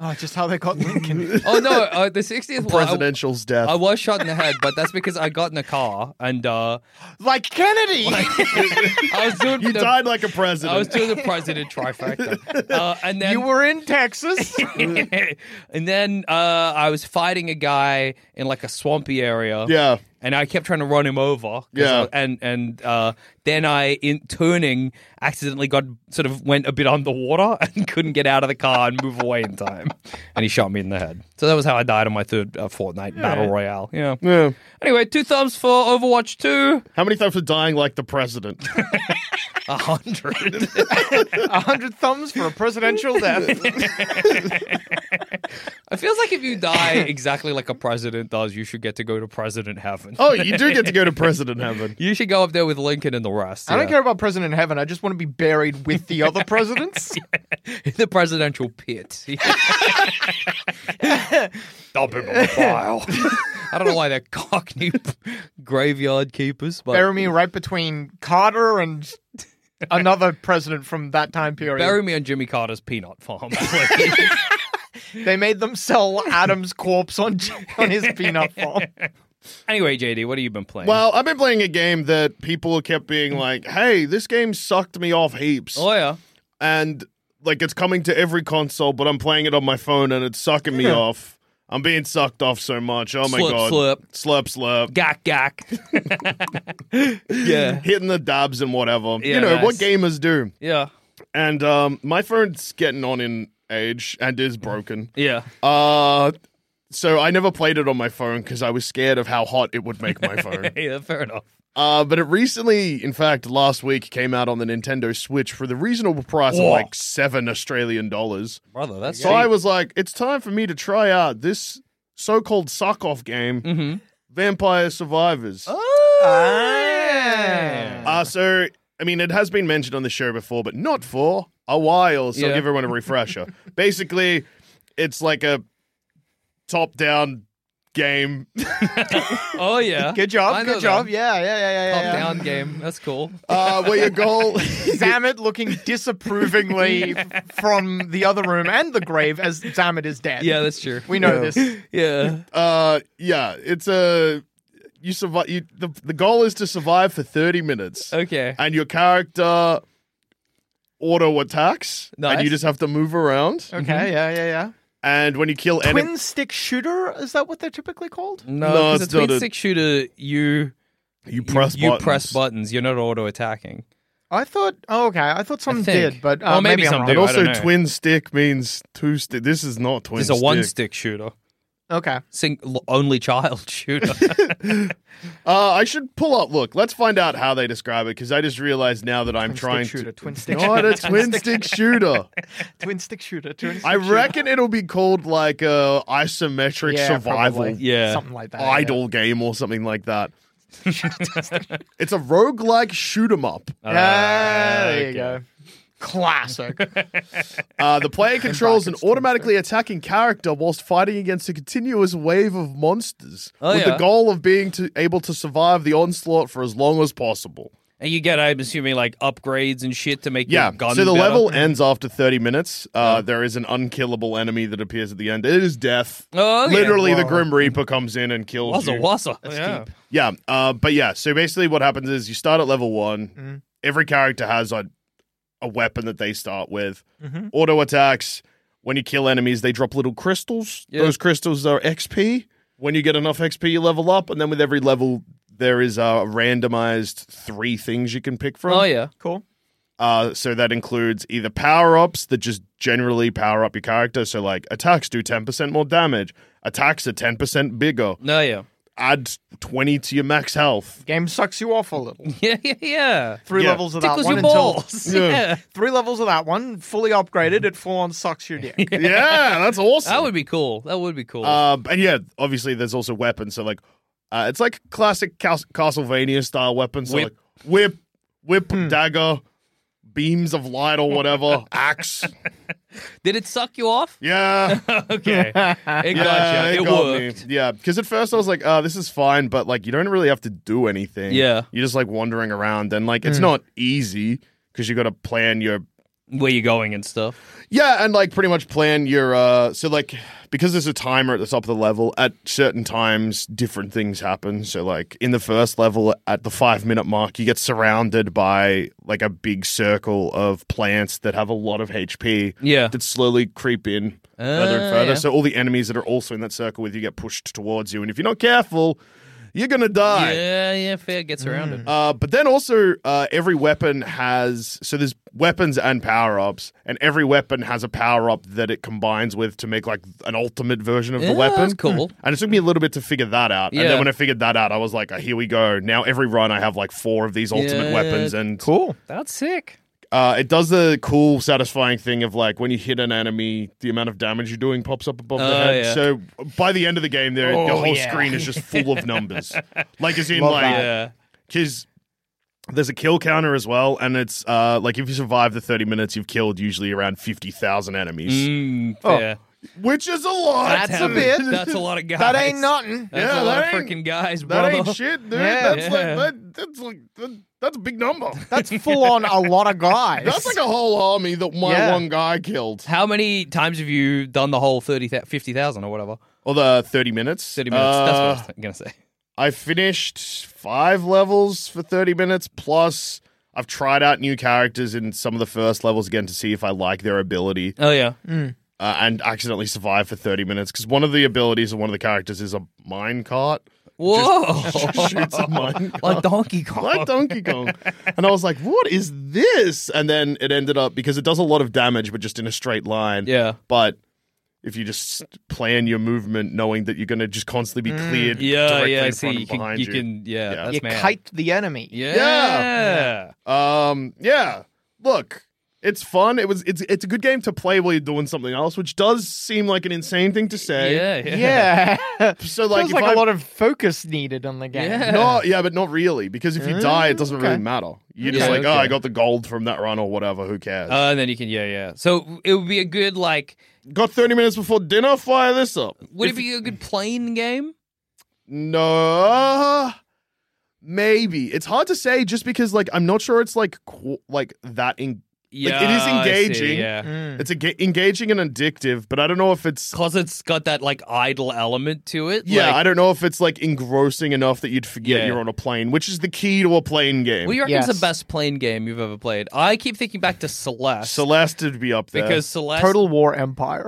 S4: Oh, just how they got Lincoln.
S2: oh no, uh, the 60th one. I-
S1: Presidential's death.
S2: I, was shot in the head, but that's because I got in a car and uh,
S4: like Kennedy.
S2: I was doing
S1: you
S2: the,
S1: died like a
S2: I
S1: president.
S2: was doing the president trifecta. Uh, and then
S4: you were in Texas.
S2: and then uh, I was fighting a guy in like a swampy area.
S1: Yeah.
S2: And I kept trying to run him over. 'cause
S1: Yeah.
S2: I- and and uh, then I, in turning, accidentally got sort of went a bit underwater and couldn't get out of the car and move away in time. And he shot me in the head. So that was how I died on my third uh, Fortnite battle royale. Yeah.
S1: Yeah.
S2: Anyway, two thumbs for Overwatch 2.
S1: How many thumbs for dying like the president?
S2: A hundred.
S4: A hundred thumbs for a presidential death.
S2: it feels like if you die exactly like a president does, you should get to go to president heaven.
S1: oh, you do get to go to president heaven.
S2: You should go up there with Lincoln and the rest.
S4: I don't
S2: yeah.
S4: care about president in heaven. I just want to be buried with the other presidents.
S2: the presidential pit. Dump him on the pile. I don't know why they're cockney graveyard keepers, but
S4: Bury me right between Carter and another president from that time period.
S2: bury me on Jimmy Carter's peanut farm. please.
S4: They made them sell Adam's corpse on on his peanut farm.
S2: anyway, JD, what have you been playing?
S1: Well, I've been playing a game that people kept being like, hey, this game sucked me off heaps.
S2: oh yeah,
S1: And like it's coming to every console, but I'm playing it on my phone and it's sucking me off. I'm being sucked off so much. Oh my
S2: Slurp,
S1: god.
S2: slurp.
S1: Slurp slurp.
S2: gack gack. yeah,
S1: Hitting the dabs and whatever.
S2: Yeah,
S1: you know what
S2: nice.
S1: gamers do.
S2: yeah,
S1: And um my phone's getting on in age and is broken.
S2: yeah.
S1: Uh so I never played it on my phone because I was scared of how hot it would make my phone.
S2: Yeah, fair enough.
S1: Uh, but it recently, in fact, last week came out on the Nintendo Switch for the reasonable price of
S2: Whoa.
S1: like seven Australian dollars.
S2: Brother, that's
S1: So I was like, it's time for me to try out this so called suck off game, Vampire Survivors. Uh, so, I mean, it has been mentioned on the show before, but not for a while. So
S2: Yeah.
S1: I'll give everyone a refresher. Basically, it's like a top down game.
S2: Oh yeah,
S4: Good
S2: I
S4: job,
S2: know
S4: good job.
S2: that.
S4: Yeah, yeah, yeah, yeah.
S2: Top
S4: yeah.
S2: down game. That's cool.
S1: Uh, where your goal
S4: Zamet looking disapprovingly from the other room and the grave as Zamet is dead.
S2: Yeah, that's true.
S4: we know this.
S2: Yeah.
S1: Uh, yeah, it's a you survive. You, the the goal is to survive for thirty minutes,
S2: Okay.
S1: and your character auto attacks, and
S2: Nice.
S1: you just have to move around.
S4: Okay,
S2: Mm-hmm.
S4: yeah, yeah, yeah.
S1: And when you kill
S4: Twin
S1: enemies,
S4: stick shooter is that what they're typically called?
S2: No,
S1: No,
S2: 'cause
S1: it's
S2: a
S1: not
S2: twin
S1: a-
S2: stick shooter. You
S1: you press
S2: you
S1: buttons.
S2: press buttons. You're not auto attacking.
S4: I thought. Oh, okay. I thought some
S2: think.
S4: did, but uh,
S2: Or maybe
S4: maybe I'm
S2: some
S4: wrong.
S2: do.
S1: And
S2: I
S1: also,
S2: don't know.
S1: twin stick means two stick. This is not twin.
S2: It's a
S1: stick.
S2: one stick shooter.
S4: Okay.
S2: Sing- l- only child shooter.
S1: Uh, I should pull up. Look, let's find out how they describe it because I just realized now that I'm
S4: Twin
S1: trying
S4: stick shooter.
S1: to.
S4: Twin stick.
S1: Not
S4: shooter,
S1: a twin stick shooter.
S4: twin stick shooter. Twin stick
S1: I
S4: shooter.
S1: reckon it'll be called like uh, isometric
S4: Yeah,
S1: survival
S4: probably.
S2: Yeah.
S4: Something like that.
S1: idle game or something like that. it's a roguelike shoot 'em up.
S4: Yeah,
S2: Ah,
S4: there you go. Classic.
S1: Uh, the player controls an automatically attacking character whilst fighting against a continuous wave of monsters,
S2: Oh,
S1: with
S2: yeah.
S1: the goal of being to, able to survive the onslaught for as long as possible.
S2: and you get, I'm assuming, like upgrades and shit to make
S1: Yeah.
S2: your gun.
S1: So the
S2: better.
S1: level ends after 30 minutes. Uh, There is an unkillable enemy that appears at the end. It is death.
S2: Oh, okay.
S1: Literally, the Grim Reaper comes in and kills
S2: Wazza
S1: you.
S2: wazza. Yeah.
S1: Yeah, uh, but yeah. So basically, what happens is you start at level one. Every character has a a weapon that they start with. Auto attacks. When you kill enemies, they drop little crystals.
S2: Yeah.
S1: Those crystals are XP. When you get enough XP, you level up, and then with every level, there is a randomized three things you can pick from.
S2: Oh yeah.
S4: Cool.
S1: Uh, so that includes either power ups that just generally power up your character. So like attacks do ten percent more damage. Attacks are ten percent bigger.
S2: No, Oh, yeah.
S1: Add twenty to your max health.
S4: Game sucks you off a little.
S2: Yeah, yeah, yeah.
S4: Three
S1: Yeah.
S4: levels of that
S2: Tickles
S4: one
S2: your
S4: until
S2: balls.
S1: Yeah.
S2: yeah.
S4: three levels of that one, fully upgraded. It full on sucks your dick.
S1: yeah, that's awesome.
S2: That would be cool. That would be cool.
S1: Um, and yeah, obviously there's also weapons. So like, uh, it's like classic Cas- Castlevania style weapons. So
S2: Whip.
S1: like whip, whip, dagger, beams of light or whatever, axe.
S2: Did it suck you off?
S1: Yeah,
S2: okay. It got you.
S1: yeah, got me.
S2: It, worked.
S1: Yeah, because at first I was like, "Oh, this is fine," but like you don't really have to do anything.
S2: Yeah.
S1: you're just like wandering around, and like it's not easy because you got to plan your
S2: Where you going and stuff.
S1: Yeah, and like pretty much plan your uh so like because there's a timer at the top of the level, at certain times different things happen. So like in the first level at the 5 minute mark, you get surrounded by like a big circle of plants that have a lot of HP
S2: Yeah.
S1: that slowly creep in further
S2: Ah,
S1: and further.
S2: yeah.
S1: So all the enemies that are also in that circle with you get pushed towards you and if you're not careful, you're going to die.
S2: Yeah, yeah, fair. Gets around it.
S1: Uh, but then also, uh, every weapon has so there's weapons and power ups, and every weapon has a power up that it combines with to make like an ultimate version of
S2: Yeah,
S1: the weapon. Hmm.
S2: that's cool.
S1: And it took me a little bit to figure that out. And
S2: Yeah.
S1: then when I figured that out, I was like, oh, here we go. Now every run, I have like four of these ultimate
S2: Yeah,
S1: weapons, and
S4: Cool.
S2: That's sick.
S1: uh, it does the cool, satisfying thing of like when you hit an enemy, the amount of damage you're doing pops up above the
S2: Oh,
S1: head.
S2: yeah.
S1: So by the end of the game, there the
S4: Oh,
S1: whole
S4: yeah.
S1: screen is just full of numbers. like as in
S4: Love
S1: like
S4: that.
S2: Yeah.
S1: because there's a kill counter as well, and it's uh, like if you survive the 30 minutes, you've killed usually around 50,000 enemies,
S2: Mm,
S4: Oh,
S2: fair.
S1: which is a lot.
S4: That's a bit.
S2: That's a lot of guys.
S4: That ain't nothing.
S2: That's
S1: Yeah,
S2: a lot
S1: that
S2: of
S1: ain't-
S2: freaking guys, bro.
S1: that ain't shit, dude.
S4: Yeah.
S1: that's
S2: Yeah.
S1: like that, that's like that, that's a big number.
S4: That's full on a lot of guys.
S1: That's like a whole army that my
S4: Yeah.
S1: one guy killed.
S2: How many times have you done the whole 30, 50,000 or whatever?
S1: Or the 30 minutes.
S2: 30 minutes. That's what I
S1: Uh,
S2: was th- going to say.
S1: I finished five levels for 30 minutes, plus I've tried out new characters in some of the first levels again to see if I like their ability.
S2: Oh, yeah.
S1: uh, and accidentally survive for 30 minutes because one of the abilities of one of the characters is a mine cart.
S2: Whoa.
S1: shoots a mine cart.
S2: like Donkey Kong.
S1: Like Donkey Kong. and I was like, what is this? And then it ended up because it does a lot of damage, but just in a straight line.
S2: Yeah.
S1: But if you just plan your movement knowing that you're going to just constantly be cleared
S2: Mm, Yeah,
S1: directly
S2: yeah, I
S1: in
S2: see.
S1: front
S2: You
S1: and
S2: can,
S1: behind
S2: you
S1: you.
S2: can, yeah,
S1: Yeah.
S2: that's
S4: you
S2: mad.
S4: kite the enemy.
S2: Yeah.
S1: Yeah. Um, yeah. Look, it's fun. It was. It's. It's a good game to play while you're doing something else, which does seem like an insane thing to say.
S2: Yeah, yeah.
S4: Yeah.
S1: So like,
S4: Feels
S1: if
S4: like
S1: I-
S4: a lot of focus needed on the game.
S2: Yeah.
S1: No, yeah, but not really, because if you die, it doesn't really matter. You're just
S2: Yeah,
S1: like, oh,
S2: okay.
S1: I got the gold from that run or whatever. Who cares?
S2: Uh, and then you can, yeah, yeah. So it would be a good, like,
S1: got 30 minutes before dinner. Fire this up.
S2: would it be a good plane game?
S1: No, maybe it's hard to say, just because like I'm not sure it's like qu- like that. In-
S2: Yeah.
S1: it is
S2: I see,
S1: engaging.
S2: yeah.
S4: Mm.
S1: it's a- engaging and addictive, but I don't know if it's.
S2: Because it's got that, like, idle element to it.
S1: Yeah,
S2: like,
S1: I don't know if it's like engrossing enough that you'd forget
S2: Yeah.
S1: you're on a plane, which is the key to a plane game.
S2: What do you reckon's
S4: Yes.
S2: the best plane game you've ever played? I keep thinking back to Celeste.
S1: Celeste would be up there
S2: because Celeste.
S4: Total War Empire.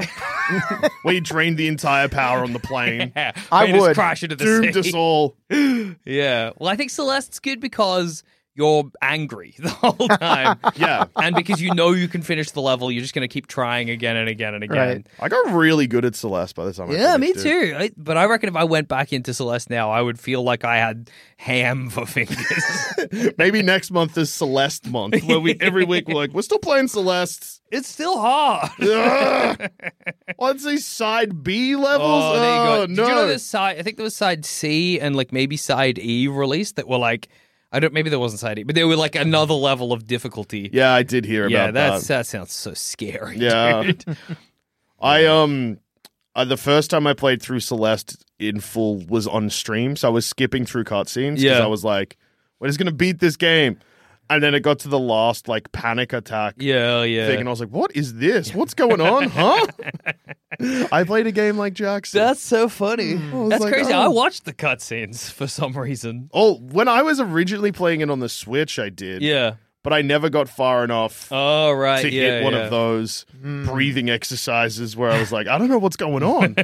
S1: where you drained the entire power on the plane,
S2: Yeah,
S4: I
S2: they just
S4: would.
S2: crash into the
S1: doomed
S2: sea.
S1: us all.
S2: Yeah. Well, I think Celeste's good because you're angry the whole time.
S1: Yeah.
S2: and because you know you can finish the level, you're just going to keep trying again and again and again.
S4: Right.
S1: I got really good at Celeste by the time. I
S2: Yeah, me
S1: finished it.
S2: too. I, but I reckon if I went back into Celeste now, I would feel like I had ham for fingers.
S1: Maybe next month is Celeste month, where we every week we're like, we're still playing Celeste.
S2: it's still hard.
S1: Ugh. What's these side B levels?
S2: Oh, there you go.
S1: Oh,
S2: Did
S1: no.
S2: you know there's side? I think there was side C and like maybe side E released that were like, I don't. Maybe there wasn't side E, but there were like another level of difficulty.
S1: Yeah, I did hear
S2: yeah.
S1: about
S2: That's
S1: that.
S2: that sounds so scary.
S1: Yeah, I um, uh, the first time I played through Celeste in full was on stream, so I was skipping through cutscenes because
S2: Yeah.
S1: I was like, "What is going to beat this game?" And then it got to the last like panic attack
S2: Yeah, yeah.
S1: thing, and I was like, "What is this? What's going on, huh?" I played a game like Jackson.
S2: That's so funny. Hmm. That's
S1: like,
S2: crazy.
S1: oh.
S2: I watched the cutscenes for some reason.
S1: oh, when I was originally playing it on the Switch, I did.
S2: Yeah.
S1: but I never got far enough
S2: Oh right,
S1: to
S2: yeah,
S1: hit one
S2: yeah. Hmm.
S1: of those breathing exercises where I was like, I don't know what's going on.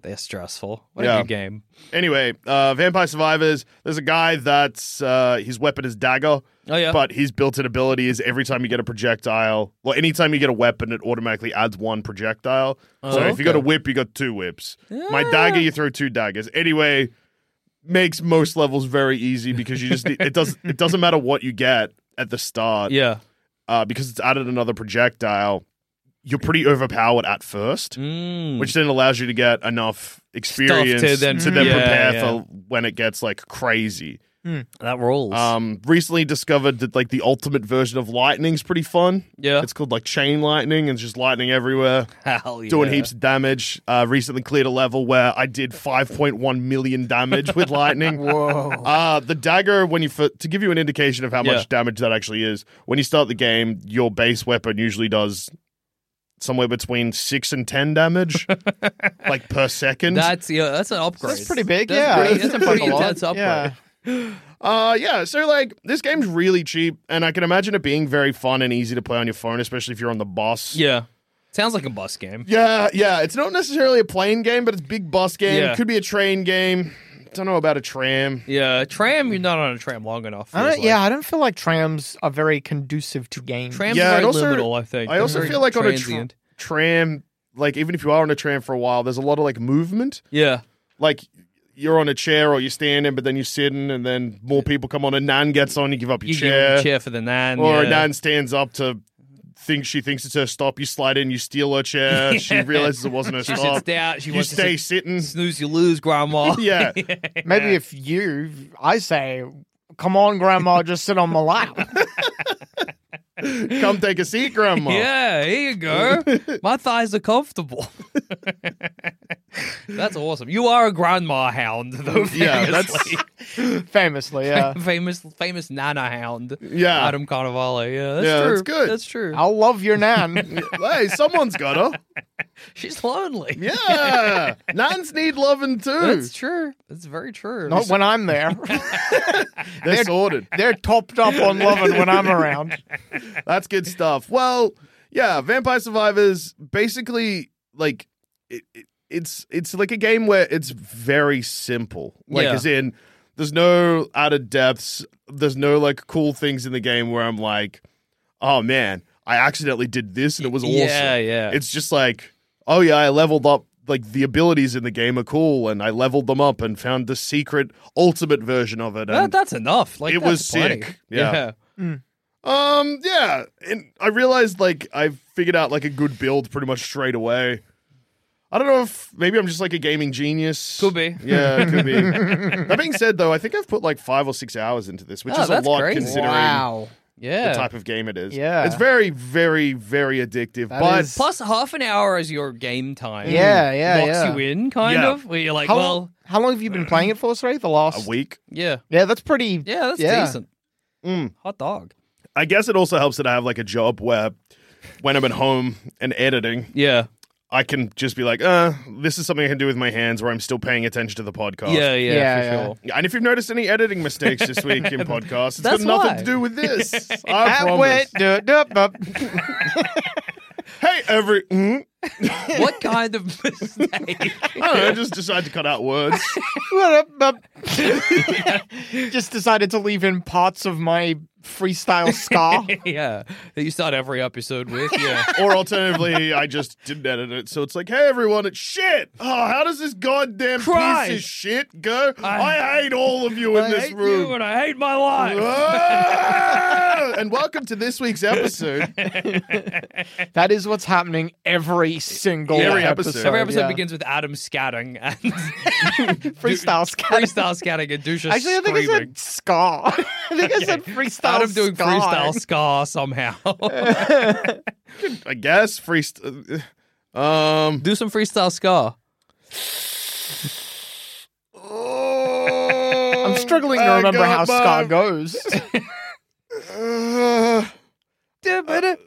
S2: They're stressful. What
S1: Yeah.
S2: a good game.
S1: anyway, uh, Vampire Survivors, there's a guy that's uh, his weapon is dagger.
S2: Oh, yeah.
S1: But his built in ability is every time you get a projectile, well, anytime you get a weapon, it automatically adds one projectile. so if you got a
S2: okay.
S1: whip, you got two whips. My dagger, you throw two daggers. Anyway, makes most levels very easy because you just need, it does it doesn't matter what you get at the start
S2: Yeah.
S1: uh, because it's added another projectile, you're pretty overpowered at first,
S2: Mm.
S1: which then allows you to get enough experience
S2: to then- yeah,
S1: prepare
S2: yeah.
S1: for when it gets like crazy.
S2: that rolls.
S1: Um, recently discovered that like the ultimate version of lightning's pretty fun.
S2: Yeah.
S1: it's called like chain lightning, and it's just lightning everywhere,
S2: Hell yeah.
S1: doing heaps of damage. Uh, recently cleared a level where I did 5.1 million damage with lightning.
S4: Whoa.
S1: Uh, the dagger, when you fir- to give you an indication of how
S2: Yeah.
S1: much damage that actually is, when you start the game, your base weapon usually does somewhere between six and ten damage, like per second.
S2: That's yeah. That's an upgrade.
S4: pretty big,
S2: That's
S4: yeah.
S2: pretty- that's a
S4: That's
S2: pretty
S4: a lot.
S2: intense upgrade.
S4: Yeah.
S1: uh, yeah. So like, this game's really cheap, and I can imagine it being very fun and easy to play on your phone, especially if you're on the bus.
S2: Yeah. Sounds like a bus game.
S1: yeah, yeah. It's not necessarily a plane game, but it's a big bus game.
S2: Yeah.
S1: Could be a train game. Don't know about a tram.
S2: Yeah. Tram. You're not on a tram long enough.
S4: I
S2: feels
S4: don't,
S2: like.
S4: yeah, I don't feel like trams are very conducive to games.
S2: Trams
S1: Yeah,
S2: are very
S1: and also-
S2: liminal. I think.
S1: I
S2: They're
S1: also
S2: very
S1: feel like
S2: transient.
S1: on a tr- tram, like even if you are on a tram for a while, there's a lot of like movement.
S2: yeah.
S1: Like you're on a chair or you're standing, but then you're sitting, and then more people come on. A nan gets on, you give up your
S2: You
S1: chair,
S2: give a chair for the nan.
S1: or
S2: yeah.
S1: a nan stands up to think she thinks it's her stop. You slide in, you steal her chair. She realizes it wasn't her
S2: She
S1: stop.
S2: sits down. She
S1: you
S2: wants
S1: stay
S2: to sit,
S1: sitting.
S2: snooze. You lose, grandma.
S1: Yeah.
S4: Maybe if you, I say, come on, grandma, just sit on my lap.
S1: Come take a seat, grandma.
S2: Yeah, here you go. My thighs are comfortable. That's awesome. You are a grandma hound, though.
S1: Yeah,
S2: famously.
S4: Famously, yeah.
S2: famous, famous nana hound.
S1: Yeah.
S2: Adam Carnivale. Yeah, that's
S1: Yeah,
S2: true.
S1: that's good.
S2: That's true.
S4: I'll love your nan.
S1: Hey, someone's got her.
S2: She's lonely.
S1: Yeah. Nans need loving too.
S2: that's true. That's very true.
S4: Not uh, when I'm there.
S1: They're sorted.
S4: They're topped up on loving when I'm around.
S1: That's good stuff. Well, yeah, Vampire Survivors basically like it, it, it's it's like a game where it's very simple. Like
S2: Yeah.
S1: as in there's no added depths, there's no like cool things in the game where I'm like, "Oh man, I accidentally did this and it was awesome."
S2: Yeah, yeah.
S1: It's just like, "Oh yeah, I leveled up like the abilities in the game are cool and I leveled them up and found the secret ultimate version of it."
S2: That-
S1: And
S2: that's enough. Like
S1: It
S2: that's
S1: was
S2: plenty.
S1: sick. Yeah. Um, yeah, and I realized like I figured out like a good build pretty much straight away. I don't know if maybe I'm just like a gaming genius.
S2: Could be.
S1: Yeah, it could be. that being said, though, I think I've put like five or six hours into this, which
S2: Oh,
S1: is a
S2: that's
S1: lot
S2: crazy.
S1: considering
S2: yeah.
S1: the type of game it is.
S4: Yeah.
S1: it's very, very, very addictive. but
S4: is-
S2: Plus half an hour is your game time.
S4: Yeah, yeah,
S2: Locks
S4: yeah.
S2: you in, kind
S1: Yeah.
S2: of. Where you're like,
S4: How,
S2: well, uh,
S4: long, how long have you been playing it for, sorry? The last
S1: a week.
S2: yeah,
S4: Yeah, that's pretty.
S2: yeah, that's decent.
S1: Mm.
S2: Hot dog.
S1: I guess it also helps that I have like a job where when I'm at home and editing,
S2: Yeah.
S1: I can just be like, uh, this is something I can do with my hands where I'm still paying attention to the podcast.
S2: Yeah, yeah,
S4: Yeah,
S2: for
S4: yeah.
S2: sure.
S1: And if you've noticed any editing mistakes this week in podcasts, it's
S2: That's
S1: got nothing
S2: why.
S1: to do with this. I
S4: That
S1: promise.
S4: went, duh, duh, bup.
S1: Hey, every. Mm,
S2: What kind of mistake?
S1: I don't know, I just decided to cut out words.
S4: Bup, bup. Just decided to leave in parts of my freestyle scar.
S2: yeah, that you start every episode with. Yeah,
S1: or alternatively, I just didn't edit it. So it's like, hey, everyone, it's shit. Oh, how does this goddamn piece
S2: Christ.
S1: of shit go? I,
S2: I-
S1: hate all of you in
S2: I
S1: this
S2: hate
S1: room.
S2: you and I hate my life.
S1: Ah! and welcome to this week's episode.
S4: That is what's happening every single
S1: Every
S4: episode.
S1: episode.
S2: Every episode
S4: yeah.
S2: begins with Adam scatting and
S4: freestyle scar.
S2: freestyle scatting and Dusha
S4: Actually, I think
S2: screaming.
S4: I said scar. I think I said freestyle.
S2: Adam doing
S4: scar.
S2: freestyle scar somehow.
S1: I guess free. St- um.
S2: Do some freestyle scar.
S4: I'm struggling to remember how scar goes.
S1: goes. That's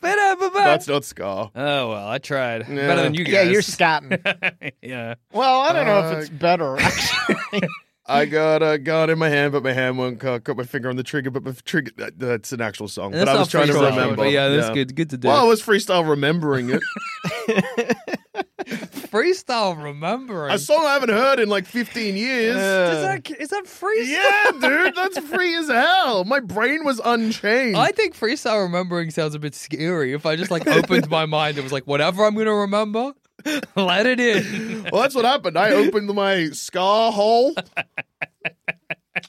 S2: That's
S1: not Scar.
S2: Oh well, I tried.
S1: Yeah.
S2: Better than you
S4: yeah,
S2: guys.
S4: you're scatting.
S2: yeah.
S4: Well, I don't know if
S1: Uh,
S4: it's better. actually.
S1: I got a gun in my hand, but my hand won't cut. Cut my finger on the trigger, but my trigger. That, that's an actual song, but I was trying to
S2: freestyle,
S1: remember.
S2: But yeah, that's good. Good to do.
S1: Well, I was freestyle remembering it.
S2: freestyle remembering.
S1: a song I haven't heard in like 15 years.
S2: Is that is that freestyle?
S1: yeah, dude, that's free as hell. My brain was unchained.
S2: I think freestyle remembering sounds a bit scary. If I just like opened my mind and was like, whatever I'm gonna remember, let it in.
S1: Well, that's what happened. I opened my scar hole,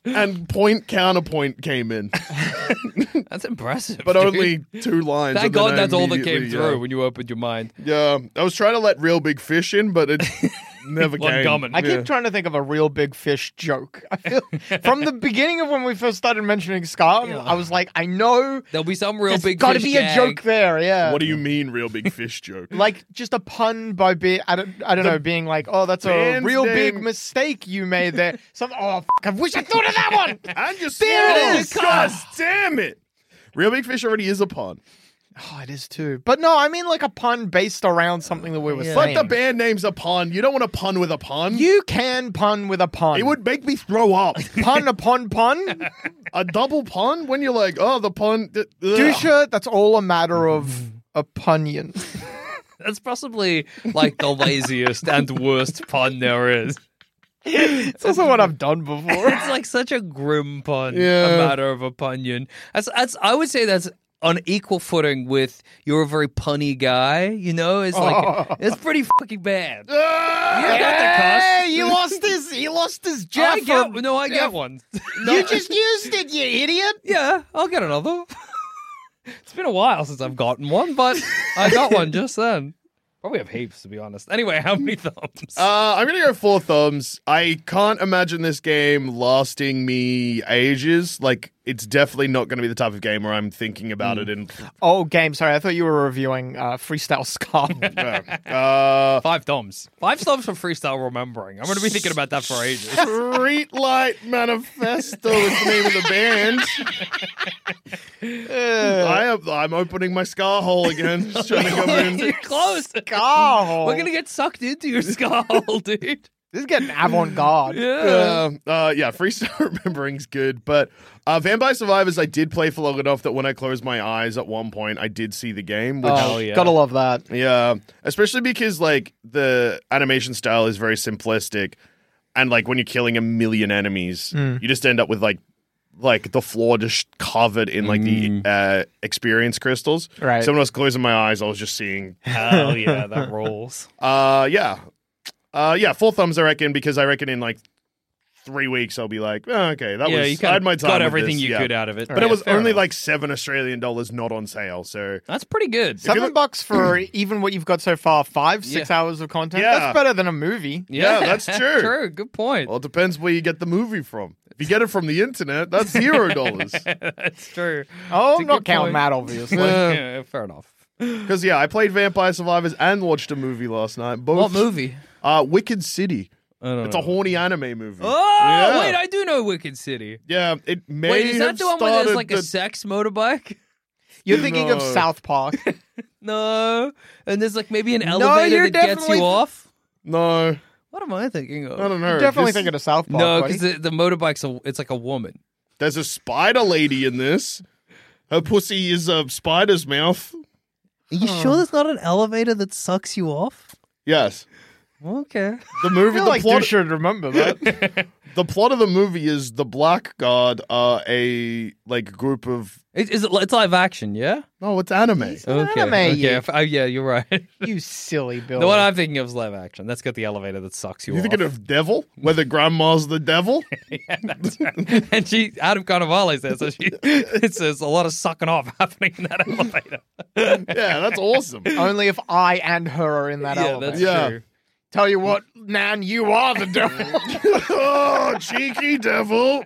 S1: and point counterpoint came in,
S2: That's impressive.
S1: but
S2: dude.
S1: only two lines. and
S2: Thank
S1: then
S2: God
S1: I
S2: that's all that came
S1: immediately,
S2: through
S1: yeah.
S2: when you opened your mind.
S1: Yeah, I was trying to let real big fish in, but it never
S2: One
S1: came.
S2: gummon.
S4: I keep
S1: Yeah.
S4: trying to think of a real big fish joke. I feel from the beginning of when we first started mentioning Scar, I was like, I know
S2: There'll be some real
S4: there's
S2: big.
S4: got to
S2: fish
S4: be
S2: gag.
S4: a joke there. Yeah.
S1: What do you mean, real big fish joke?
S4: like just a pun by being I don't, I don't know being like oh that's a
S1: band's
S4: real big
S1: name-
S4: mistake you made there some oh f- I wish I thought of that one
S1: And you
S4: There it
S1: swore.
S4: is.
S1: God damn it! Real big fish already is a pun,
S4: oh it is too but no I mean like a pun based around something that we were
S1: but
S4: saying
S1: the band name's a pun. You don't want to pun with a pun.
S4: you can pun with a pun
S1: it would make me throw up.
S4: pun upon pun
S1: a double pun when you're like, oh, the pun. d- ugh.
S4: Dusha that's all a matter of opinion
S2: That's possibly like the laziest and worst pun there is.
S4: it's also what I've done before
S2: It's like such a grim pun, a
S1: Yeah.
S2: matter of opinion. That's, that's, I would say that's on equal footing with you're a very punny guy. You know, it's like it's pretty fucking bad. You
S1: Ah!
S2: got the cuss.
S4: hey he lost his he lost his Jeff
S2: I get no, I get one.
S4: you just used it you idiot
S2: yeah, I'll get another. it's been a while since I've gotten one, but I got one just then. Probably have heaps to be honest. Anyway, how many thumbs?
S1: Uh, I'm gonna go four thumbs. I can't imagine this game lasting me ages. Like, it's definitely not gonna be the type of game where I'm thinking about it. And
S4: oh game sorry I thought you were reviewing uh, freestyle Scar.
S1: uh,
S2: Five thumbs. Five thumbs for freestyle remembering. I'm going to be thinking about that for ages.
S1: Streetlight Manifesto is the name of the band. I am, I'm opening my scar hole again. Just trying to come
S2: You're
S1: in.
S2: close.
S4: Scar.
S2: We're gonna get sucked into your skull, dude.
S4: This is getting avant garde.
S1: Uh, uh, yeah, freestyle remembering's good, but uh, Vampire Survivors, I did play for long enough that when I closed my eyes at one point, I did see the game, which
S2: Oh, yeah.
S4: Gotta love that.
S1: Yeah, especially because like the animation style is very simplistic, and like when you're killing a million enemies,
S2: Mm.
S1: you just end up with like like the floor just covered in like
S2: Mm.
S1: the uh, experience crystals.
S4: Right.
S1: So when I was closing my eyes, I was just seeing.
S2: Hell yeah, that rolls.
S1: Uh, yeah, uh, yeah. Full thumbs, I reckon, because I reckon in like three weeks I'll be like, oh, okay, that
S2: yeah,
S1: was
S2: you
S1: I
S2: kind
S1: had my
S2: of
S1: time.
S2: got
S1: with
S2: everything
S1: this,
S2: you
S1: yeah.
S2: could out of it.
S1: But it was only like seven Australian dollars not on sale, so
S2: that's pretty good.
S4: Seven bucks for even what you've got so far, five, six
S2: Yeah.
S4: hours of content.
S1: Yeah.
S4: That's better than a movie.
S1: Yeah, that's true.
S2: true. Good point.
S1: Well, it depends where you get the movie from. If you get it from the internet, that's zero dollars.
S2: that's true.
S4: Oh,
S2: It's a
S4: I'm not
S2: good
S4: counting
S2: point.
S4: that, obviously.
S2: yeah, fair enough.
S1: Because yeah, I played Vampire Survivors and watched a movie last night. Both,
S2: What movie?
S1: Uh, Wicked City.
S2: I don't
S1: It's a horny anime movie.
S2: Oh
S1: yeah.
S2: wait, I do know Wicked City.
S1: yeah, it may
S2: Wait, is that
S1: have
S2: the one where there's
S1: started
S2: like
S1: the-
S2: a sex motorbike?
S4: You're thinking of
S1: No.
S4: South Park.
S2: No, and there's like maybe an
S4: you're
S2: elevator that gets
S4: definitely-
S2: you off.
S1: No,
S2: What am I thinking of?
S1: I don't know.
S4: You're definitely
S1: Just-
S4: thinking of South Park.
S2: No,
S4: buddy.
S2: because the, the motorbike's a, it's like a woman.
S1: There's a spider lady in this. Her pussy is a spider's mouth.
S2: Are you sure there's not an elevator that sucks you off?
S1: Yes,
S2: Okay.
S1: the
S4: I
S1: movie.
S4: feel
S1: The
S4: like
S1: plot.
S4: you should remember that.
S1: The plot of the movie is the blackguard are a like group of.
S2: It, is it, it's live action, yeah?
S1: No, it's anime.
S2: Okay.
S4: anime,
S2: okay.
S4: you-
S2: if- oh, yeah, you're right.
S4: you silly Bill.
S2: The one I'm thinking of is live action. That's got the elevator that sucks you
S1: You
S2: off.
S1: thinking of devil? Whether grandma's the devil?
S2: and she, Adam Carnivale's there, so she, it's, there's a lot of sucking off happening in that elevator.
S1: yeah, that's awesome.
S4: Only if I and her are in that
S2: yeah,
S4: element.
S2: that's
S1: Yeah.
S2: true.
S4: Tell you what, Nan, you are the devil.
S1: oh, cheeky devil.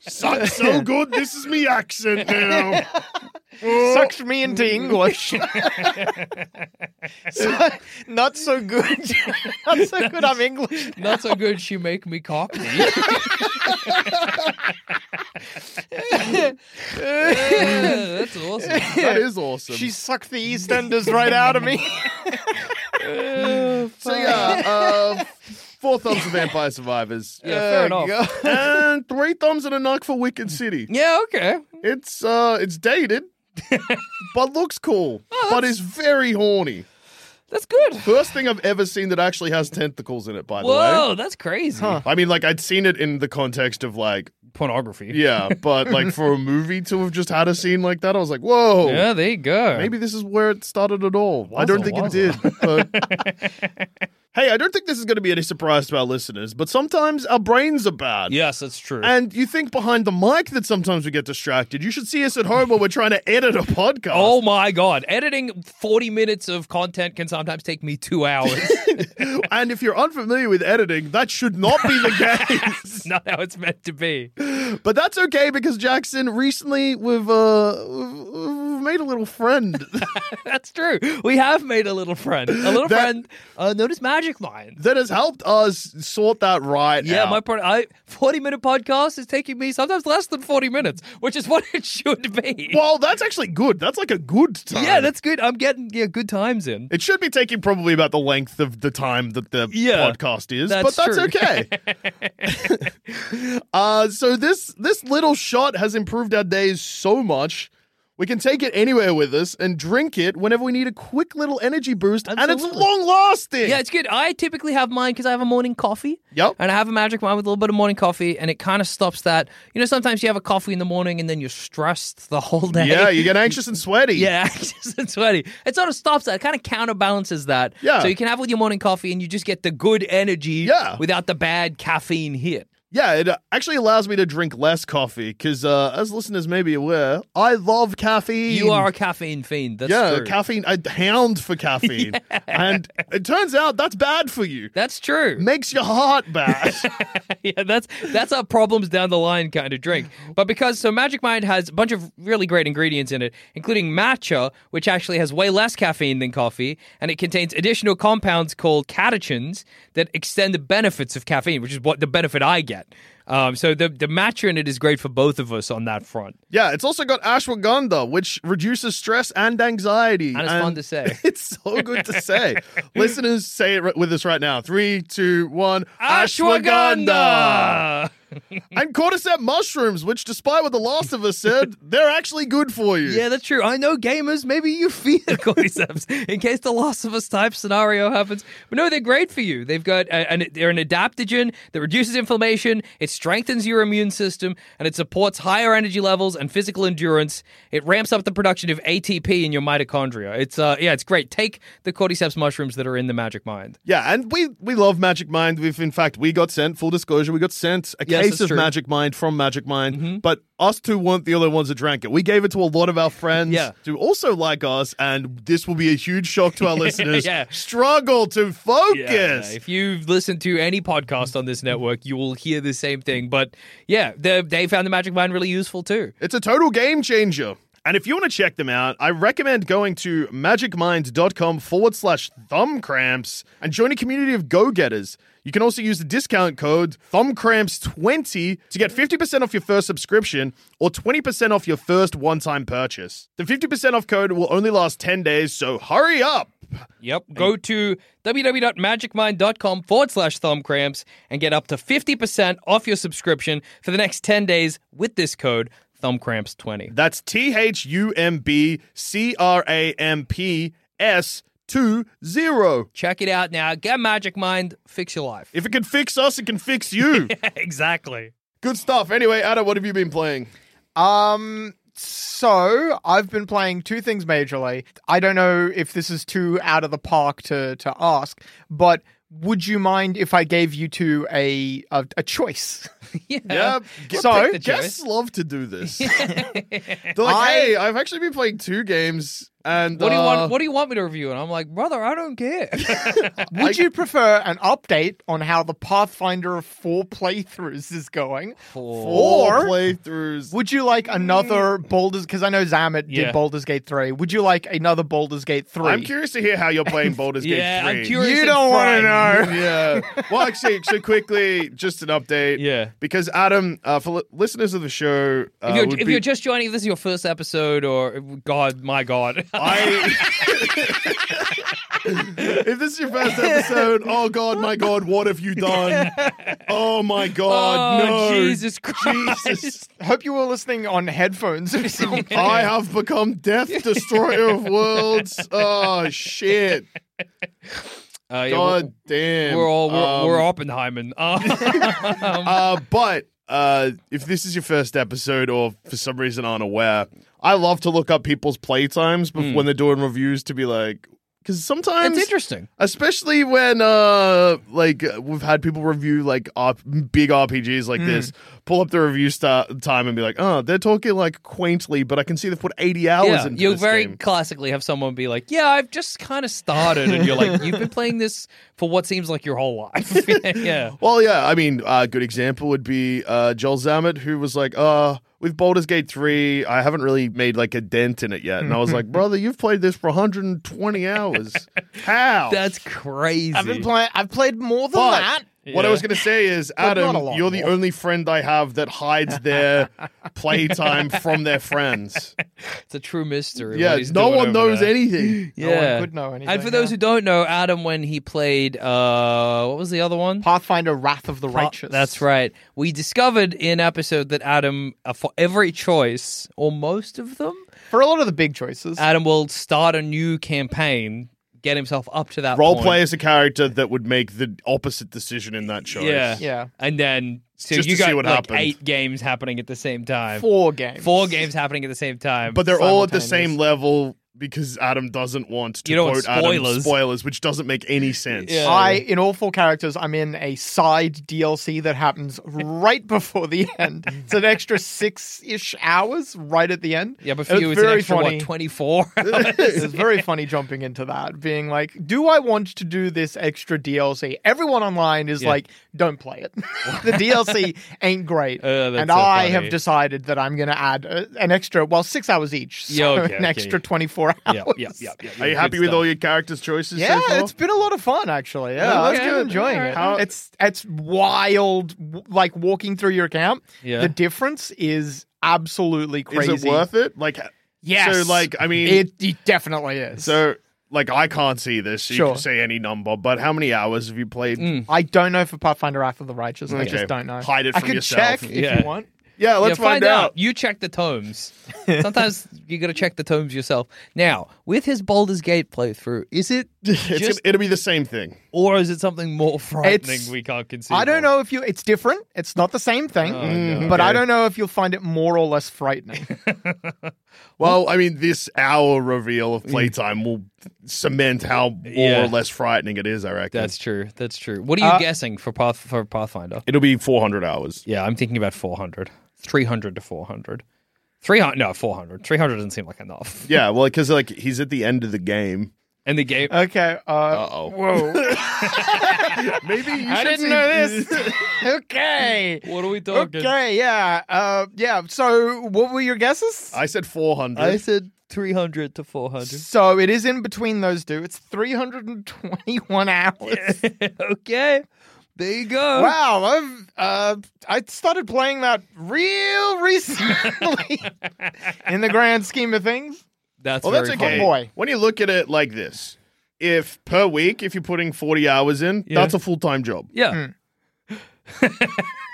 S1: Sucks so good, this is me accent now.
S4: Sucks me into English. So- not so good. not so good. I'm English.
S2: Not so good she make me cockney. Yeah, that's awesome.
S1: That is awesome.
S4: She sucked the EastEnders right out of me.
S1: so yeah, uh, four Four thumbs for Vampire Survivors.
S2: Yeah,
S1: There
S2: fair
S1: you
S2: enough.
S1: go. and three thumbs and a knock for Wicked City.
S2: Yeah, okay.
S1: It's uh, it's dated, but looks cool.
S4: Oh,
S1: but is very horny.
S2: That's good.
S1: First thing I've ever seen that actually has tentacles in it. By the
S2: Whoa,
S1: way.
S2: that's crazy.
S1: I mean, like I'd seen it in the context of like,
S2: Pornography.
S1: yeah, but like for a movie to have just had a scene like that, I was like, whoa,
S2: Yeah, there you go.
S1: Maybe this is where it started at all. I
S2: Wazza,
S1: don't think it did.
S2: wazza.
S1: but- hey, I don't think this is going to be any surprise to our listeners, but sometimes our brains are bad.
S2: Yes, that's true.
S1: And you think behind the mic that sometimes we get distracted. You should see us at home when we're trying to edit a podcast.
S2: oh my god, editing 40 minutes of content can sometimes take me 2 hours.
S1: and if you're unfamiliar with editing, that should not be the case.
S2: it's not how it's meant to be.
S1: But that's okay because Jackson recently we've uh we've- we've made a little friend.
S2: That's true. We have made a little friend. A little
S1: That-
S2: friend uh, known as Magic Mind.
S1: that has helped us sort that right
S2: Yeah,
S1: out.
S2: my pro- I, 40 minute podcast is taking me sometimes less than 40 minutes, which is what it should be.
S1: well, that's actually good. That's like a good time.
S2: Yeah, that's good. I'm getting yeah, good times in.
S1: It should be taking probably about the length of the time that the
S2: Yeah,
S1: podcast is,
S2: that's
S1: but that's
S2: true.
S1: okay. uh, so this this little shot has improved our days so much. We can take it anywhere with us and drink it whenever we need a quick little energy boost, and it's
S2: Absolutely.
S1: long lasting.
S2: Yeah, it's good. I typically have mine because I have a morning coffee.
S1: Yep.
S2: And I have a magic mind with a little bit of morning coffee, and it kind of stops that. You know, sometimes you have a coffee in the morning and then you're stressed the whole day.
S1: yeah, you get anxious and sweaty.
S2: Yeah, anxious and sweaty. It sort of stops that. It kind of counterbalances that.
S1: Yeah.
S2: So you can have with your morning coffee and you just get the good energy
S1: Yeah.
S2: without the bad caffeine hit.
S1: Yeah, it uh, actually allows me to drink less coffee because, uh, as listeners may be aware, I love caffeine.
S2: You are a caffeine fiend. That's
S1: yeah,
S2: true.
S1: caffeine. I hound for caffeine, and it turns out that's bad for you.
S2: that's true.
S1: Makes your heart bad.
S2: yeah, that's that's a problems down the line kind of drink. But because so Magic Mind has a bunch of really great ingredients in it, including matcha, which actually has way less caffeine than coffee, and it contains additional compounds called catechins that extend the benefits of caffeine, which is what the benefit I get. Um, so the the matcha in it is great for both of us on that front.
S1: yeah, it's also got ashwagandha, which reduces stress and anxiety.
S2: And it's fun to say.
S1: It's so good to say. listeners, say it ri- with us right now. Three, two, one.
S2: Ashwagandha.
S1: and cordyceps mushrooms, which, despite what The Last of Us said, they're actually good for you.
S2: Yeah, that's true. I know gamers, maybe you fear cordyceps in case the Last of Us type scenario happens. But no, they're great for you. They've got, uh, an, they're an adaptogen that reduces inflammation, it strengthens your immune system, and it supports higher energy levels and physical endurance. It ramps up the production of ATP in your mitochondria. It's, uh, yeah, it's great. Take the cordyceps mushrooms that are in the magic mind.
S1: Yeah, and we we love Magic Mind. We've in fact we got sent full disclosure. We got sent a
S2: Yes,
S1: case
S2: that's
S1: of
S2: true. Mm-hmm.
S1: Magic Mind from Magic Mind, but us two weren't the only ones that drank it. We gave it to a lot of our friends
S2: Yeah.
S1: who also like us, and this will be a huge shock to our listeners.
S2: Yeah.
S1: Struggle to focus.
S2: If you've listened to any podcast on this network, you will hear the same thing. But yeah, the, they found the magic mind really useful too.
S1: It's a total game changer. And if you want to check them out, I recommend going to magicmind.com forward slash thumbcramps and join a community of go getters. You can also use the discount code thumbcramps20 to get 50% off your first subscription or 20% off your first one time purchase. The 50% off code will only last 10 days, so hurry up.
S2: Yep. Go to www.magicmind.com forward slash thumbcramps and get up to 50% off your subscription for the next 10 days with this code thumbcramps20.
S1: That's T H U M B C R A M P S 2 0.
S2: Check it out now. Get Magic Mind. Fix your life.
S1: If it can fix us, it can fix you.
S2: exactly.
S1: Good stuff. Anyway, Adam, what have you been playing?
S4: Um. So I've been playing two things majorly. I don't know if this is too out of the park to to ask, but would you mind if I gave you two a a, a choice?
S2: Yeah.
S1: Yeah,
S2: We'll
S4: So,
S2: pick Uh, the
S1: guests
S2: choice.
S1: love to do this. They're like,
S4: I-
S1: hey, I've actually been playing two games, and
S2: What do you
S1: uh,
S2: want? What do you want me to review? And I'm like, brother, I don't care.
S4: Would you prefer an update on how the Pathfinder of four playthroughs is going,
S1: four
S4: or
S1: playthroughs?
S4: would you like another Baldur's? Because I know Zamet
S2: Mm. Yeah.
S4: did Baldur's Gate three. Would you like another Baldur's Gate three?
S1: I'm curious to hear how you're playing Baldur's
S2: yeah,
S1: Gate 3.
S2: I'm curious.
S4: You
S2: and
S4: don't wanna
S2: fried.
S4: know.
S1: yeah. Well, actually, so quickly, just an update.
S2: Yeah.
S1: Because Adam, uh, for li- listeners of the show, uh,
S2: If, you're,
S1: would
S2: if
S1: be-
S2: you're just joining, if this is your
S1: Oh,
S2: first episode, or God, my God,
S1: I If this is your first episode, oh god, my god, what have you done? Oh my god,
S2: oh,
S1: no.
S2: Jesus Christ.
S1: Jesus.
S4: I hope you were listening on headphones or something.
S1: I have become death destroyer of worlds. Oh shit.
S2: Uh, yeah,
S1: God damn.
S2: we're, we're all we're,
S1: Um,
S2: we're Oppenheimer. Uh,
S1: uh, but uh, if this is your first episode or for some reason aren't aware, I love to look up people's playtimes
S2: Hmm.
S1: bef- when they're doing reviews to be like, because sometimes
S2: it's interesting.
S1: especially when uh like uh, we've had people review like R- big RPGs
S2: Hmm.
S1: like this, pull up the review star- time and be like, oh, they're talking like quaintly, but I can see they've put eighty hours
S2: Yeah,
S1: into
S2: you'll
S1: this
S2: very
S1: game.
S2: classically have someone be like, "Yeah, I've just kind of started," and you're like, "You've been playing this for what seems like your whole life." yeah,
S1: Well, yeah, I mean, a good example would be uh, Joel Zammett, who was like, uh, with Baldur's Gate 3, I haven't really made like a dent in it yet. And I was like, brother, you've played this for 120 hours. How?
S2: that's crazy.
S4: I've been playing. I've played more than
S1: But
S4: that.
S1: what I
S2: Yeah.
S1: was going to say is,
S4: But not a
S1: Adam,
S4: lot
S1: you're the
S4: more.
S1: only friend I have that hides their playtime from their friends.
S2: it's a true mystery.
S1: Yeah,
S2: what he's
S1: no
S2: doing
S1: one
S2: over
S1: knows
S2: there.
S1: anything.
S2: Yeah,
S4: one could know
S2: And
S4: anything,
S2: for those
S4: yeah.
S2: who don't know, Adam, when he played, uh, what was the other one?
S4: Pathfinder: Wrath of the
S2: Pa-
S4: Righteous.
S2: That's right. We discovered in episode that Adam, uh, for every choice or most of them,
S4: For a lot of the big choices,
S2: Adam will start a new campaign, get himself up to that
S1: Role
S2: point.
S1: play as a character that would make the opposite decision in that choice.
S2: Yeah.
S4: Yeah.
S2: And then so
S1: Just
S2: you
S1: to see
S2: got
S1: what
S2: like
S1: happened.
S2: eight games happening at the same time.
S4: four games.
S2: Four games happening at the same time.
S1: but they're all at the
S4: Simultaneous.
S1: same level because Adam doesn't want to
S2: You don't want
S1: quote Adam
S2: spoilers.
S1: spoilers, which doesn't make any sense.
S2: Yeah.
S4: I in all four characters, I'm in a side DLC that happens right before the end. It's an extra six ish hours right at the end.
S2: yeah, but
S4: It
S2: for
S4: was
S2: you it's an
S4: very
S2: extra
S4: funny.
S2: what, twenty four?
S4: it was very funny jumping into that, being like, "Do I want to do this extra DLC?" Everyone online is
S2: Yeah.
S4: like, "Don't play it. the DLC ain't great."
S2: Oh, that's
S4: and
S2: so
S4: I
S2: funny.
S4: have decided that I'm going to add uh, an extra, well, six hours each, so
S2: Yeah, okay,
S4: an
S2: okay, yeah.
S4: extra 24 hours.
S2: yeah, yeah, yeah, yeah.
S1: Are you
S2: Good
S1: happy with
S2: stuff.
S1: all your characters' choices?
S4: Yeah,
S1: so far?
S4: it's been a lot of fun actually. Yeah,
S1: Yeah,
S4: i was
S1: okay.
S4: been enjoying
S1: Alright.
S4: it.
S1: How-
S4: it's it's wild, w- like walking through your camp.
S2: Yeah.
S4: the difference is absolutely crazy.
S1: is it worth it? Like,
S4: Yes.
S1: So, like, I mean,
S4: It, it definitely is.
S1: so like I can't see this. So You
S4: Sure.
S1: can say any number, but how many hours have you played?
S2: Mm.
S4: I don't know for Pathfinder Wrath of the Righteous. I
S1: Okay.
S4: just don't know.
S1: Hide it
S4: I
S1: from
S4: could
S1: yourself.
S4: check if
S2: Yeah.
S4: you want.
S1: Yeah, let's
S2: yeah, find, out.
S1: out.
S2: You check the tomes. Sometimes you got to check the tomes yourself. Now, with his Baldur's Gate playthrough, is it
S1: It's
S2: just,
S1: gonna, it'll be the same thing.
S2: or is it something more frightening
S4: It's-
S2: we can't conceive?
S4: I don't
S2: of?
S4: know if you. It's different. It's not the same thing.
S2: Oh,
S4: But I don't know if you'll find it more or less frightening.
S1: Well, I mean, this hour reveal of playtime will cement how more
S2: Mm. Yeah.
S1: or less frightening it is. I reckon
S2: That's true. That's true. What are
S1: Uh,
S2: you guessing for Path for Pathfinder?
S1: it'll be 400 hours.
S2: Yeah, I'm thinking about 400. 300 to 400. 300 no, 400. 300 doesn't seem like enough.
S1: Yeah, well, because like he's at the end of the game.
S2: And the game
S4: Okay. Uh,
S1: oh.
S4: Whoa.
S1: Maybe you
S4: I
S1: should
S4: didn't
S1: see-
S4: know this. okay.
S2: What are we
S4: Okay, yeah. Uh yeah. So what were your guesses?
S1: I said 400.
S2: said 300 to 400.
S4: so it is in between those two. It's 321 hours.
S2: okay. There you go.
S4: Wow, I've uh I started playing that real recently in the grand scheme of things.
S2: That's
S1: well,
S2: very
S1: that's
S2: funny.
S1: okay.
S4: boy.
S1: When you look at it like this, if per week, if you're putting 40 hours in,
S2: Yeah.
S1: that's a full time job.
S2: Yeah.
S4: Hmm.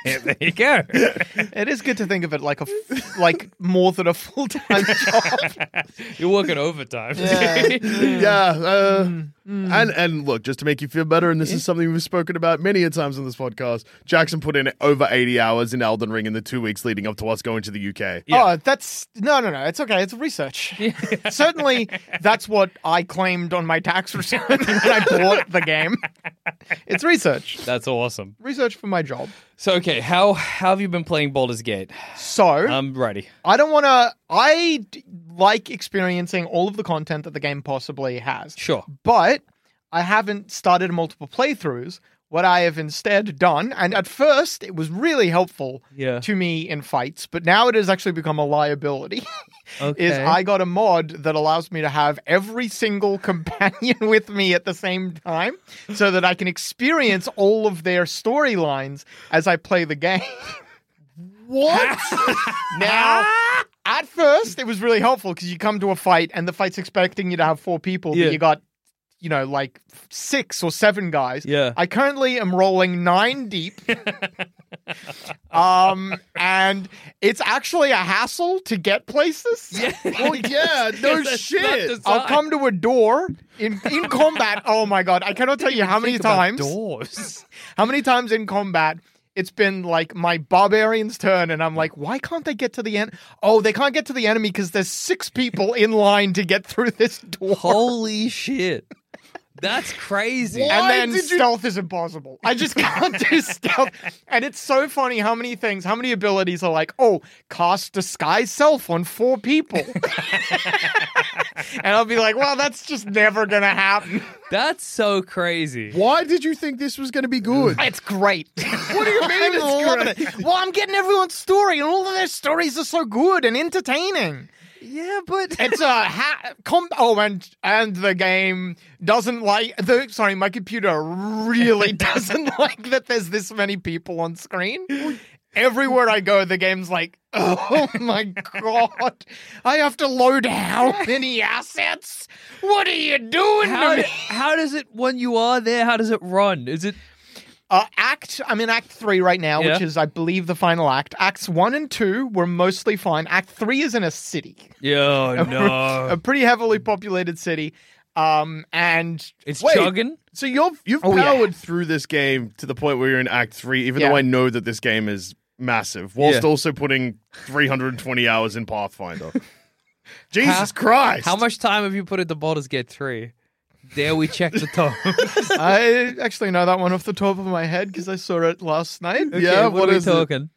S2: Yeah, there you go.
S4: It is good to think of it like a f- like more than a full-time job.
S2: You're working overtime.
S1: Yeah. Uh, And and look, just to make you feel better, and this is something we've spoken about many a times on this podcast. Jackson put in over 80 hours in Elden Ring in the two weeks leading up to us going to the UK.
S4: Oh, that's no, no, no. It's okay. It's research. Certainly, that's what I claimed on my tax return when I bought the game. It's research,
S2: That's awesome.
S4: research for my job.
S2: So okay, how, how have you been playing Baldur's Gate?
S4: So
S2: I'm ready.
S4: I don't want to. I d- like experiencing all of the content that the game possibly has.
S2: Sure.
S4: but I haven't started multiple playthroughs. What I have instead done, and at first it was really helpful
S2: Yeah.
S4: to me in fights, but now it has actually become a liability.
S2: Okay.
S4: Is I got a mod that allows me to have every single companion with me at the same time so that I can experience all of their storylines as I play the game.
S1: What?
S4: Now, at first, it was really helpful because you come to a fight and the fight's expecting you to have four people,
S2: Yeah.
S4: but you got you know, like six or seven guys.
S2: Yeah.
S4: I currently am rolling nine deep. um, and it's actually a hassle to get places. Oh,
S1: Well, yeah, no
S2: That's
S1: shit.
S2: not
S4: I'll
S2: design.
S4: come to a door in in combat. Oh my god, I cannot tell you how many
S2: Think about
S4: times.
S2: Doors.
S4: How many times in combat it's been like my barbarian's turn, and I'm like, why can't they get to the end? Oh, they can't get to the enemy because there's six people in line to get through this door.
S2: Holy shit. That's crazy.
S1: What?
S4: and
S1: Why
S4: then
S1: did you-
S4: stealth is impossible. I just can't do stealth. And it's so funny how many things, how many abilities are like, oh, cast disguise self on four people. and I'll be like, well, that's just never going to happen.
S2: That's so crazy.
S1: Why did you think this was going to be good?
S4: It's great. What do you
S1: mean it's
S4: it. Well, I'm getting everyone's story, and all of their stories are so good and entertaining.
S2: Yeah, but
S4: It's a ha- com- oh, and and the game doesn't like the sorry, my computer really doesn't like that there's this many people on screen. Everywhere I go, the game's like, oh my god, I have to load how many assets? What are you doing
S2: how,
S4: to me?
S2: how does it when you are there? How does it run? Is it
S4: Uh, act, I'm in Act Three right now,
S2: Yeah.
S4: which is, I believe, the final act. Acts one and two were mostly fine. Act three is in a city,
S2: yeah
S4: a
S1: Uh.
S2: no?
S4: pretty heavily populated city, um, and
S2: It's
S1: Wait.
S2: chugging.
S1: So you've you've
S4: Oh, yeah.
S1: powered through this game to the point where you're in Act Three, even
S4: Yeah.
S1: though I know that this game is massive, whilst
S2: Yeah.
S1: also putting 320 hours in Pathfinder. Jesus Christ!
S2: How much time have you put into Baldur's Gate three? Dare we check the time?
S4: I actually know that one off the top of my head because I saw it last night.
S1: Yeah,
S2: what,
S1: what
S2: are we
S1: is it?
S2: talking?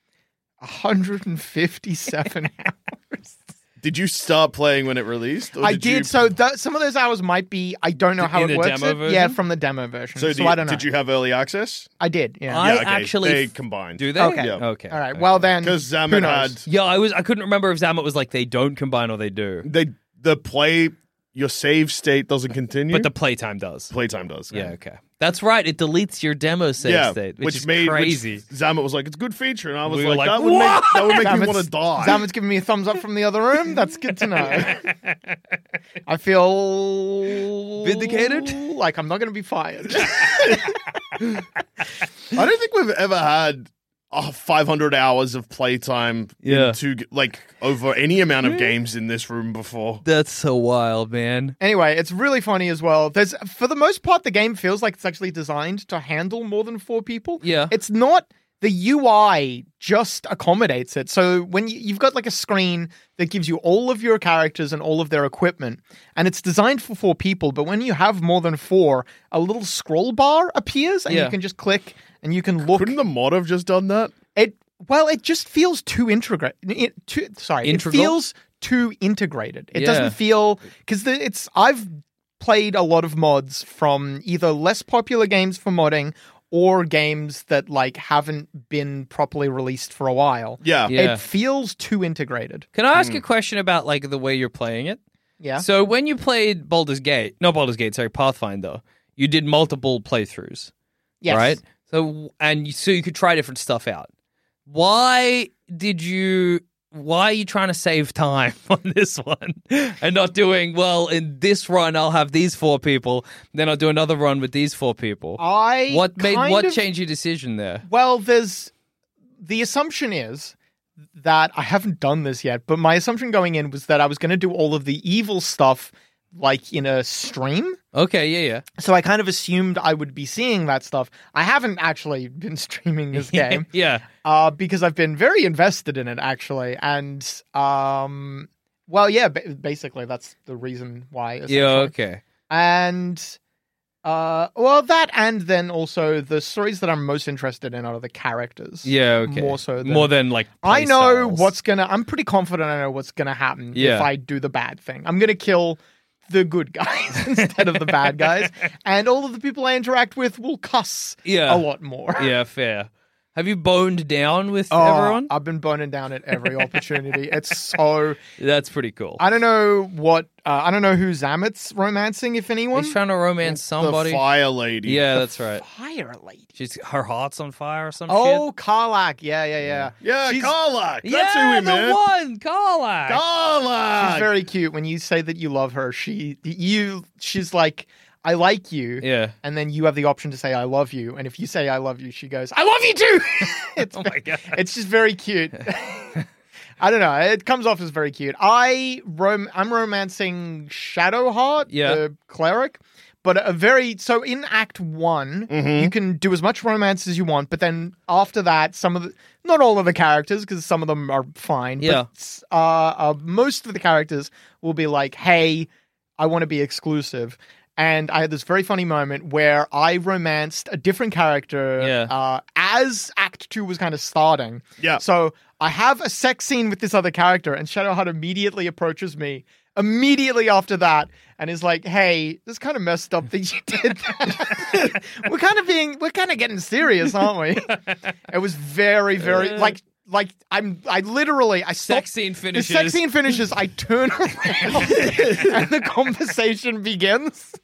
S4: 157 hours.
S1: Did you start playing when it released? or
S4: I did.
S1: Oh, you-
S4: So th- some of those hours might be. I don't know how
S2: In
S4: it
S2: the
S4: works.
S2: demo
S4: it- Yeah,
S2: version?
S4: from the demo version.
S1: So,
S4: So,
S1: do you-
S4: I don't know.
S1: did you have early access?
S4: I did. Yeah.
S2: I
S1: Yeah, okay.
S2: actually
S1: they
S2: f-
S1: combined.
S2: Do they?
S4: Okay.
S1: Yeah.
S2: Okay.
S4: All right. Well then,
S1: because
S4: who
S1: Zaman
S4: knows?
S1: had
S2: Yeah, I was. I couldn't remember if Zamet was like they don't combine or they do,
S1: they the play your save state doesn't continue,
S2: but the playtime does.
S1: playtime does.
S2: Yeah. Okay. That's right. It deletes your demo save
S1: yeah,
S2: state, which,
S1: which,
S2: is
S1: made
S2: crazy.
S1: Which Zamet was like, "It's a good feature," and I was
S2: We were
S1: like,
S2: like,
S1: "That would make that would make me want
S4: Zamet's-
S1: to die."
S4: Zamet's giving me a thumbs up from the other room. That's good to know. I feel
S2: Vindicated?
S4: Like I'm not going to be fired.
S1: I don't think we've ever had oh, 500 hours of playtime
S2: Yeah.
S1: to like over any amount of games in this room before.
S2: That's so wild, man.
S4: anyway, it's really funny as well. There's for the most part, the game feels like it's actually designed to handle more than four people.
S2: Yeah.
S4: it's not. The UI just accommodates it. So when you, you've got like a screen that gives you all of your characters and all of their equipment, and it's designed for four people, but when you have more than four, a little scroll bar appears, and
S2: Yeah.
S4: you can just click and you can look.
S1: Couldn't the mod have just done that?
S4: It well, it just feels too integrate. It, too, sorry,
S2: Integral?
S4: it feels too integrated. It
S2: Yeah.
S4: doesn't feel because it's. I've played a lot of mods from either less popular games for modding or games that like haven't been properly released for a while.
S1: Yeah.
S2: Yeah.
S4: It feels too integrated.
S2: Can I ask
S1: Hmm.
S2: a question about like the way you're playing it?
S4: Yeah.
S2: So when you played Baldur's Gate, not Baldur's Gate, sorry, Pathfinder, you did multiple playthroughs,
S4: yes.
S2: right? So and you, so you could try different stuff out. Why did you? Why are you trying to save time on this one and not doing well in this run? I'll have these four people, then I'll do another run with these four people.
S4: I
S2: what made
S4: kind
S2: what
S4: of-
S2: changed your decision there?
S4: Well, there's the assumption is that I haven't done this yet, but my assumption going in was that I was going to do all of the evil stuff like in a stream.
S2: Okay, yeah, yeah.
S4: So I kind of assumed I would be seeing that stuff. I haven't actually been streaming this game
S2: Yeah.
S4: uh, because I've been very invested in it actually, and um, well, yeah, ba- basically that's the reason why.
S2: Yeah,
S4: essentially
S2: okay.
S4: and uh well that and then also the stories that i'm most interested in are the characters
S2: Yeah, okay.
S4: more so than,
S2: more than like
S4: i
S2: play
S4: know
S2: styles.
S4: what's gonna i'm pretty confident i know what's gonna happen
S2: Yeah.
S4: if i do the bad thing i'm gonna kill the good guys instead of the bad guys and all of the people i interact with will cuss
S2: Yeah.
S4: a lot more
S2: Yeah, fair. Have you boned down with
S4: Oh,
S2: everyone?
S4: i've been burning down at every opportunity it's so
S2: That's pretty cool.
S4: i don't know what uh, i don't know who zamet's romancing if anyone
S2: He's trying to romance somebody.
S1: The fire lady.
S2: yeah, that's right.
S4: fire lady
S2: She's her heart's on fire or some
S4: Oh,
S2: shit.
S4: Karlak. Yeah, yeah, yeah.
S1: Yeah,
S4: she's,
S1: Karlak. That's
S2: yeah,
S1: who we
S2: the
S1: met.
S2: one, Carla.
S1: Karlak.
S4: she's very cute. When you say that you love her, she you she's like I like you.
S2: Yeah.
S4: And then you have the option to say I love you. And if you say I love you, she goes, I love you too. it's,
S2: Oh my God.
S4: It's just very cute. I don't know. It comes off as very cute. I rom- I'm romancing Shadowheart,
S2: Yeah.
S4: the cleric. But a very so in Act One,
S2: Mm-hmm.
S4: you can do as much romance as you want, but then after that, some of the not all of the characters because some of them are fine.
S2: Yeah.
S4: But s- uh, uh, most of the characters will be like, "Hey, I want to be exclusive." And I had this very funny moment where I romanced a different character
S2: Yeah.
S4: uh, as Act Two was kind of starting.
S1: Yeah.
S4: So I have a sex scene with this other character, and Shadowheart immediately approaches me immediately after that and is like, "Hey, this is kind of messed up that you did that. we're kind of being, we're kind of getting serious, aren't we?" It was very, very like. Like I'm, I literally, I stopped.
S2: Sex scene
S4: The sex
S2: finishes.
S4: scene finishes. I turn around and the conversation begins.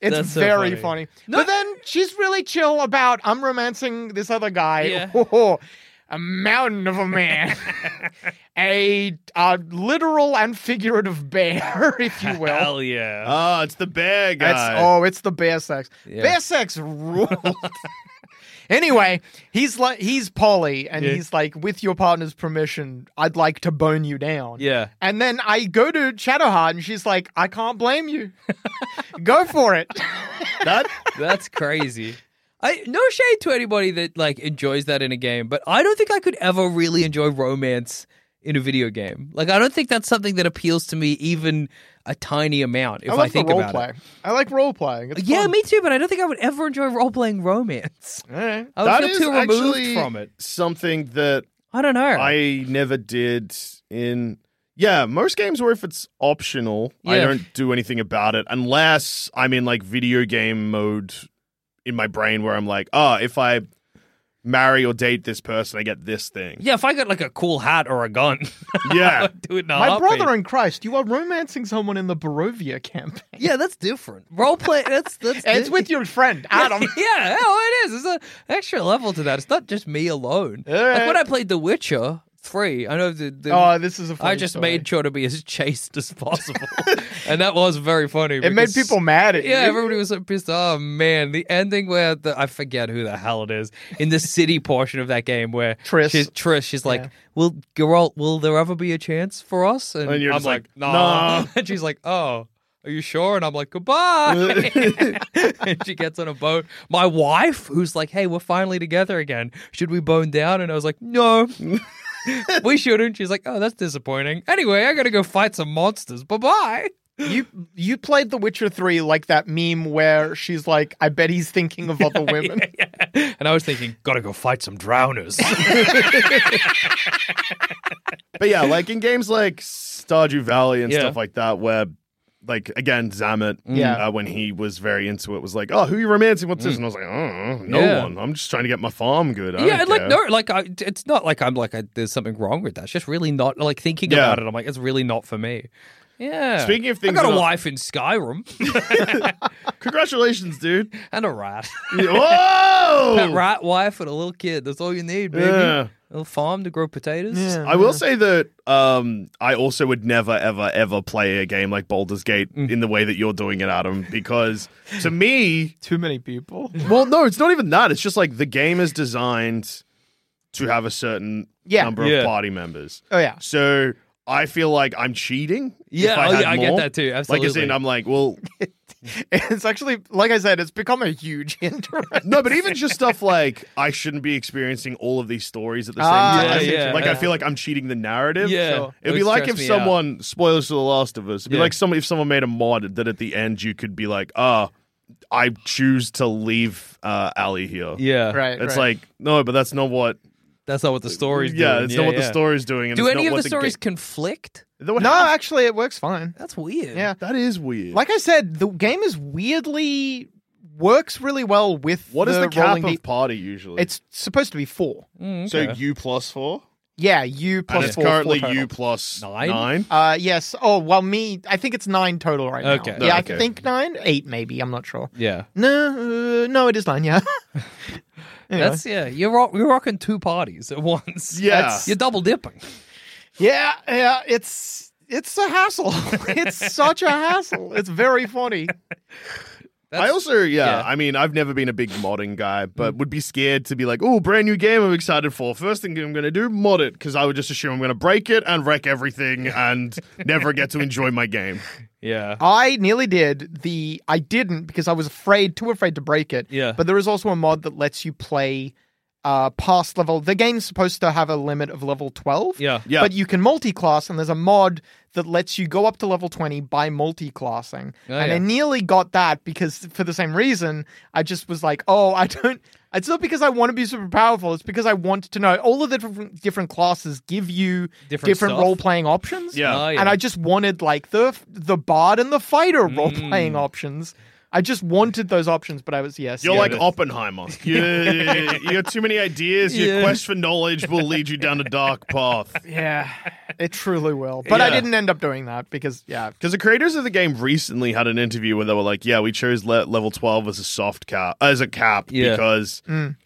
S4: It's
S2: That's so
S4: very
S2: funny.
S4: funny. But then she's really chill about I'm romancing this other guy.
S2: Yeah.
S4: Oh, a mountain of a man. a, a literal and figurative bear, if you will.
S2: Hell yeah.
S1: Oh, it's the bear guy.
S4: That's oh, it's the bear sex.
S2: Yeah.
S4: Bear sex ruled. anyway, he's like he's Polly, and
S2: Yeah.
S4: he's like, with your partner's permission, I'd like to bone you down.
S2: Yeah.
S4: And then I go to Shadowheart, and she's like, I can't blame you. go for it.
S1: that
S2: That's crazy. I no shade to anybody that like enjoys that in a game, but I don't think I could ever really enjoy romance in a video game. Like I don't think that's something that appeals to me even a tiny amount if
S4: I
S2: I,
S4: like the
S2: think
S4: role
S2: about
S4: play.
S2: it.
S4: I like role playing. It's
S2: Yeah,
S4: fun.
S2: me too, but I don't think I would ever enjoy role playing romance.
S4: Alright.
S2: I would
S1: that
S2: feel
S1: is
S2: too removed
S1: actually
S2: from it.
S1: something that
S2: I don't know.
S1: I never did in. Yeah, most games where if it's optional, I
S2: Yeah.
S1: don't do anything about it unless I'm in like video game mode in my brain where I'm like, oh, if I marry or date this person, I get this thing.
S2: yeah, if I got like a cool hat or a gun, I
S1: Yeah.
S2: would do it in a
S4: My
S2: heartbeat.
S4: brother in Christ, you are romancing someone in the Barovia campaign.
S2: Yeah, that's different. Role play. That's that's.
S4: it's
S2: di-
S4: with your friend, Adam.
S2: yeah, oh, it is. It's an extra level to that. It's not just me alone.
S4: right.
S2: Like when I played The Witcher Three, I know the. the
S4: oh, this is a funny
S2: I just
S4: story.
S2: made sure to be as chaste as possible, and that was very funny.
S4: It made
S2: because-
S4: people mad at you.
S2: Yeah, everybody was so pissed. Oh man, the ending where the I forget who the hell it is in the city portion of that game where
S4: Triss.
S2: she's, Triss, she's like, "Will Geralt, will there ever be a chance for us?" And,
S1: And you're
S2: I'm
S1: just
S2: like,
S1: like,
S2: "Nah,"
S1: "Nah."
S2: and she's like, "Oh." Are you sure? And I'm like, goodbye. and she gets on a boat. My wife, who's like, hey, we're finally together again. Should we bone down? And I was like, no, we shouldn't. She's like, oh, that's disappointing. Anyway, I got to go fight some monsters. Bye bye.
S4: You you played The Witcher 3 like that meme where she's like, I bet he's thinking of other women.
S2: And I was thinking, gotta go fight some drowners.
S1: But yeah, like in games like Stardew Valley and
S2: Yeah. Mm.
S1: stuff like that, where like again, Zamet,
S4: Yeah.
S1: uh, when he was very into it, was like, "Oh, who you romancing? What's this?" And I was like, "Oh, no
S2: Yeah.
S1: one. I'm just trying to get my farm good." I
S2: yeah,
S1: don't
S2: and like
S1: care."
S2: no, like I, it's not like I'm like I, there's something wrong with that. It's just really not like thinking
S1: Yeah.
S2: about it. I'm like, it's really not for me. Yeah.
S1: Speaking of things
S2: I got
S1: that
S2: a
S1: are-
S2: wife in Skyrim
S1: Congratulations, dude.
S2: and a rat,
S1: Whoa!
S2: a rat wife and a little kid. That's all you need, baby.
S1: Yeah.
S2: A little farm to grow potatoes.
S1: I will say that um, I also would never, ever, ever play a game like Baldur's Gate
S2: Mm.
S1: in the way that you're doing it, Adam, because to me,
S4: Too many people.
S1: well, no, it's not even that. It's just like the game is designed to have a certain
S4: Yeah.
S1: number of
S2: Yeah.
S1: party members.
S4: Oh, yeah.
S1: So I feel like I'm cheating. if
S2: Yeah,
S1: I
S2: oh,
S1: had
S2: yeah, I get
S1: more.
S2: that too,
S1: Like as
S2: absolutely.
S1: in, I'm like, well,
S4: It's actually, like I said, it's become a huge hindrance.
S1: no, but even just stuff like I shouldn't be experiencing all of these stories at the same
S4: Ah,
S2: yeah,
S1: time.
S2: yeah,
S1: like
S2: yeah.
S1: I feel like I'm cheating the narrative.
S2: Yeah.
S1: So
S2: It
S1: it'd be
S2: would
S1: like
S2: stress
S1: if
S2: me out.
S1: someone spoilers to The Last of Us. It'd be
S2: Yeah.
S1: like some if someone made a mod that at the end you could be like, ah, I choose to leave uh, Ali here.
S2: Yeah.
S4: Right.
S1: It's like no, but that's not what.
S2: That's not what the story's doing.
S1: Yeah, it's not what the story's doing. And
S2: Do
S1: it's
S2: any
S1: not
S2: of
S1: what
S2: the stories
S1: ga-
S2: conflict?
S1: That would
S4: No,
S1: happen.
S4: actually, it works fine.
S2: That's weird.
S4: Yeah.
S1: that is weird.
S4: Like I said, the game is weirdly, works really well with
S1: what is the, cap
S4: rolling
S1: of
S4: D-
S1: party usually?
S4: It's supposed to be four.
S2: Mm,
S1: so
S2: okay.
S1: U plus four,
S4: Yeah, you plus
S1: and it's
S4: four.
S1: currently
S4: four total.
S1: U plus
S2: Nine?
S1: nine.
S4: Uh, yes. Oh, well, me, I think it's nine total right
S2: Okay.
S4: now. Yeah,
S1: Okay.
S4: I think nine, eight maybe. I'm not sure.
S2: yeah.
S4: No, uh, no, it is nine, yeah. Anyway.
S2: That's yeah. You're rock, you're rocking two parties at once.
S1: Yeah.
S2: That's- you're double dipping.
S4: Yeah, yeah, it's it's a hassle. it's such a hassle. It's very funny.
S2: That's-
S1: I also, yeah,
S2: yeah.
S1: I mean, I've never been a big modding guy, but would be scared to be like, oh, brand new game I'm excited for. First thing I'm going to do, mod it, because I would just assume I'm going to break it and wreck everything and never get to enjoy my game.
S2: yeah.
S4: I nearly did the. I didn't because I was afraid, too afraid to break it.
S2: Yeah.
S4: But there is also a mod that lets you play uh, past level. The game's supposed to have a limit of level twelve.
S2: Yeah.
S1: Yeah.
S4: But you can multi-class, and there's a mod that lets you go up to level twenty by multi-classing.
S2: Oh,
S4: and
S2: yeah.
S4: I nearly got that because for the same reason, I just was like, oh, I don't. It's not because I want to be super powerful. It's because I want to know all of the different, different classes give you
S2: Different
S4: different,
S2: stuff.
S4: role-playing options.
S1: Yeah.
S2: Oh, yeah. Mm.
S4: And I just wanted like the the bard and the fighter role playing options. I just wanted those options, but I was yes.
S1: You're
S4: yeah.
S1: like Oppenheimer. You, you got too many ideas. Your
S2: Yeah.
S1: quest for knowledge will lead you down a dark path.
S4: yeah, it truly will. But I
S1: Yeah.
S4: didn't end up doing that because yeah,
S1: Because the creators of the game recently had an interview where they were like, "Yeah, we chose le- level twelve as a soft cap, as a cap,
S2: Yeah.
S1: because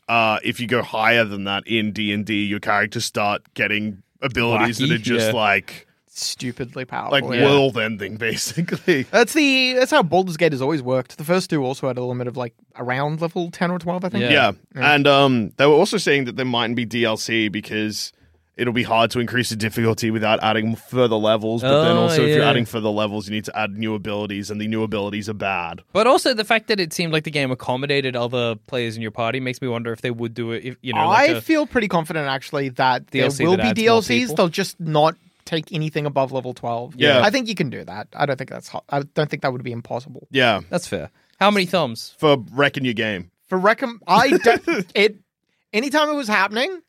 S1: uh, if you go higher than that in D and D, your characters start getting abilities that
S2: Wacky,
S1: are just
S2: yeah. Oh,
S1: like
S4: stupidly powerful.
S1: like
S4: yeah.
S1: world ending, basically."
S4: That's the that's how Baldur's Gate has always worked. The first two also had a limit of like around level ten or twelve, I think.
S2: Yeah.
S1: Yeah. And um, they were also saying that there mightn't be DLC because it'll be hard to increase the difficulty without adding further levels. But then
S2: Oh,
S1: also, if you're
S2: yeah.
S1: adding further levels, you need to add new abilities, and the new abilities are bad.
S2: But also the fact that it seemed like the game accommodated other players in your party makes me wonder if they would do it. If you know, like
S4: I
S2: a-
S4: feel pretty confident actually that
S2: DLC
S4: there will
S2: that adds
S4: be
S2: more people.
S4: DLCs. They'll just not take anything above level twelve.
S1: Yeah.
S4: I think you can do that. I don't think that's ho- I don't think that would be impossible.
S1: Yeah.
S2: that's fair. How many thumbs?
S1: For wrecking your game.
S4: for recomm I don't, it anytime it was happening,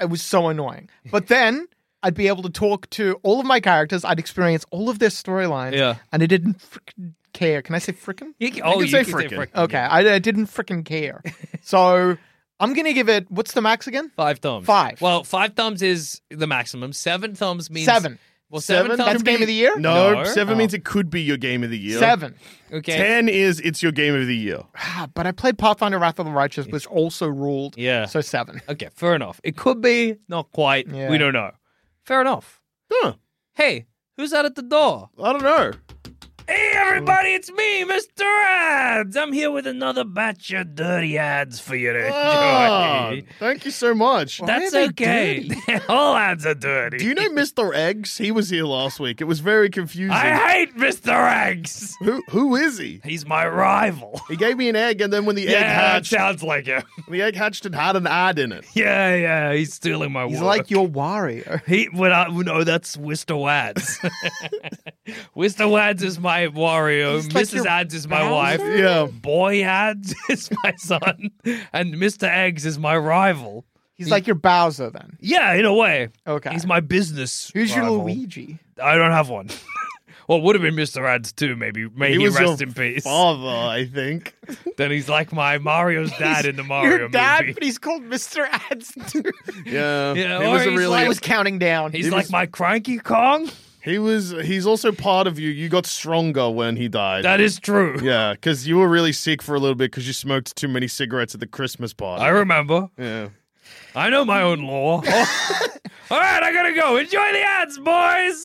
S4: it was so annoying. But then I'd be able to talk to all of my characters. I'd experience all of their storylines.
S2: Yeah.
S4: and I didn't frickin' care. Can I say frickin'?
S2: You can, oh,
S1: can say frickin'.
S4: Okay, I, I didn't frickin' care. so I'm gonna give it. What's the max again?
S2: Five thumbs.
S4: Five.
S2: Well, five thumbs is the maximum. Seven thumbs means
S4: Seven.
S2: Well, seven,
S1: Seven?
S2: thumbs.
S4: That's game of the year.
S1: No,
S2: No.
S1: seven
S2: Oh.
S1: means it could be your game of the year.
S4: Seven.
S2: Okay.
S1: Ten is it's your game of the year.
S4: Ah, but I played Pathfinder Wrath of the Righteous, which also ruled.
S2: Yeah.
S4: So seven.
S2: Okay. Fair enough. It could be not quite.
S4: Yeah.
S2: We don't know. Fair enough.
S1: Huh.
S2: Hey, who's that at the door?
S1: I don't know.
S2: Hey, everybody, it's me, Mr. Ads. I'm here with another batch of dirty ads for you to
S1: Ah, thank you so much.
S2: That's
S4: Why are they
S2: okay. All ads are dirty.
S1: Do you know Mr. Eggs? He was here last week. It was very confusing.
S2: I hate Mr. Eggs.
S1: who who is he?
S2: He's my rival.
S1: He gave me an egg, and then when the
S2: Yeah,
S1: egg
S2: that
S1: hatched,
S2: sounds like him.
S1: the egg hatched and had an ad in it.
S2: Yeah, yeah, he's stealing my
S4: He's
S2: work.
S4: like your Wario.
S2: He, when I, no, that's Wister Wads. Wister Wads is my Wario.
S4: He's like
S2: Mrs.
S4: your
S2: Ads is my
S4: Bowser?
S2: wife.
S1: Yeah.
S2: Boy Ads is my son. And Mr. Eggs is my rival.
S4: He's like your Bowser then.
S2: Yeah, in a way.
S4: Okay.
S2: He's my business.
S4: Who's your
S2: rival.
S4: Luigi?
S2: I don't have one. well, it would have been Mr. Ads too, maybe. May he,
S1: was
S2: rest
S1: your
S2: in peace.
S1: Father, I think.
S2: Then he's like my Mario's dad in the Mario
S4: your dad,
S2: movie.
S4: but he's called Mr. Ads.
S1: Yeah.
S2: Yeah,
S1: he
S2: or
S1: was a
S2: he's
S1: really.
S2: like-
S4: I was counting down.
S2: He's like my Cranky Kong.
S1: he was. He's also part of you. You got stronger when he died.
S2: That is true.
S1: yeah, because you were really sick for a little bit because you smoked too many cigarettes at the Christmas party.
S2: I remember.
S1: yeah.
S2: I know my own law. All right, I gotta go. Enjoy the ads, boys.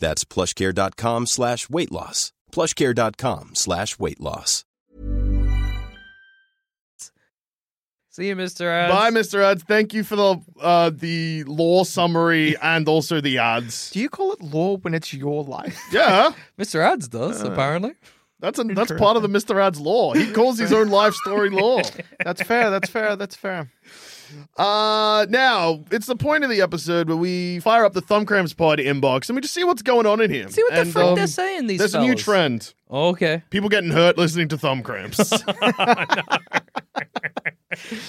S5: That's plushcare.com slash weight loss. plushcare.com slash weight loss.
S2: See you, Mr. Ads.
S1: Bye, Mr. Ads. Thank you for the uh, the law summary and also the ads.
S4: Do you call it law when it's your life?
S1: Yeah,
S2: Mr. Ads does,
S1: Uh,
S2: apparently.
S1: that's a, that's part of the Mr. Ads law. He calls his own life story law.
S4: That's fair. That's fair. That's fair.
S1: Uh, now it's the point of the episode where we fire up the Thumb Cramps Pod inbox and we just see what's going on in here.
S2: See what the
S1: And,
S2: frick
S1: um,
S2: they're saying, these
S1: There's a new
S2: fellas.
S1: trend.
S2: Okay.
S1: People getting hurt listening to thumb cramps.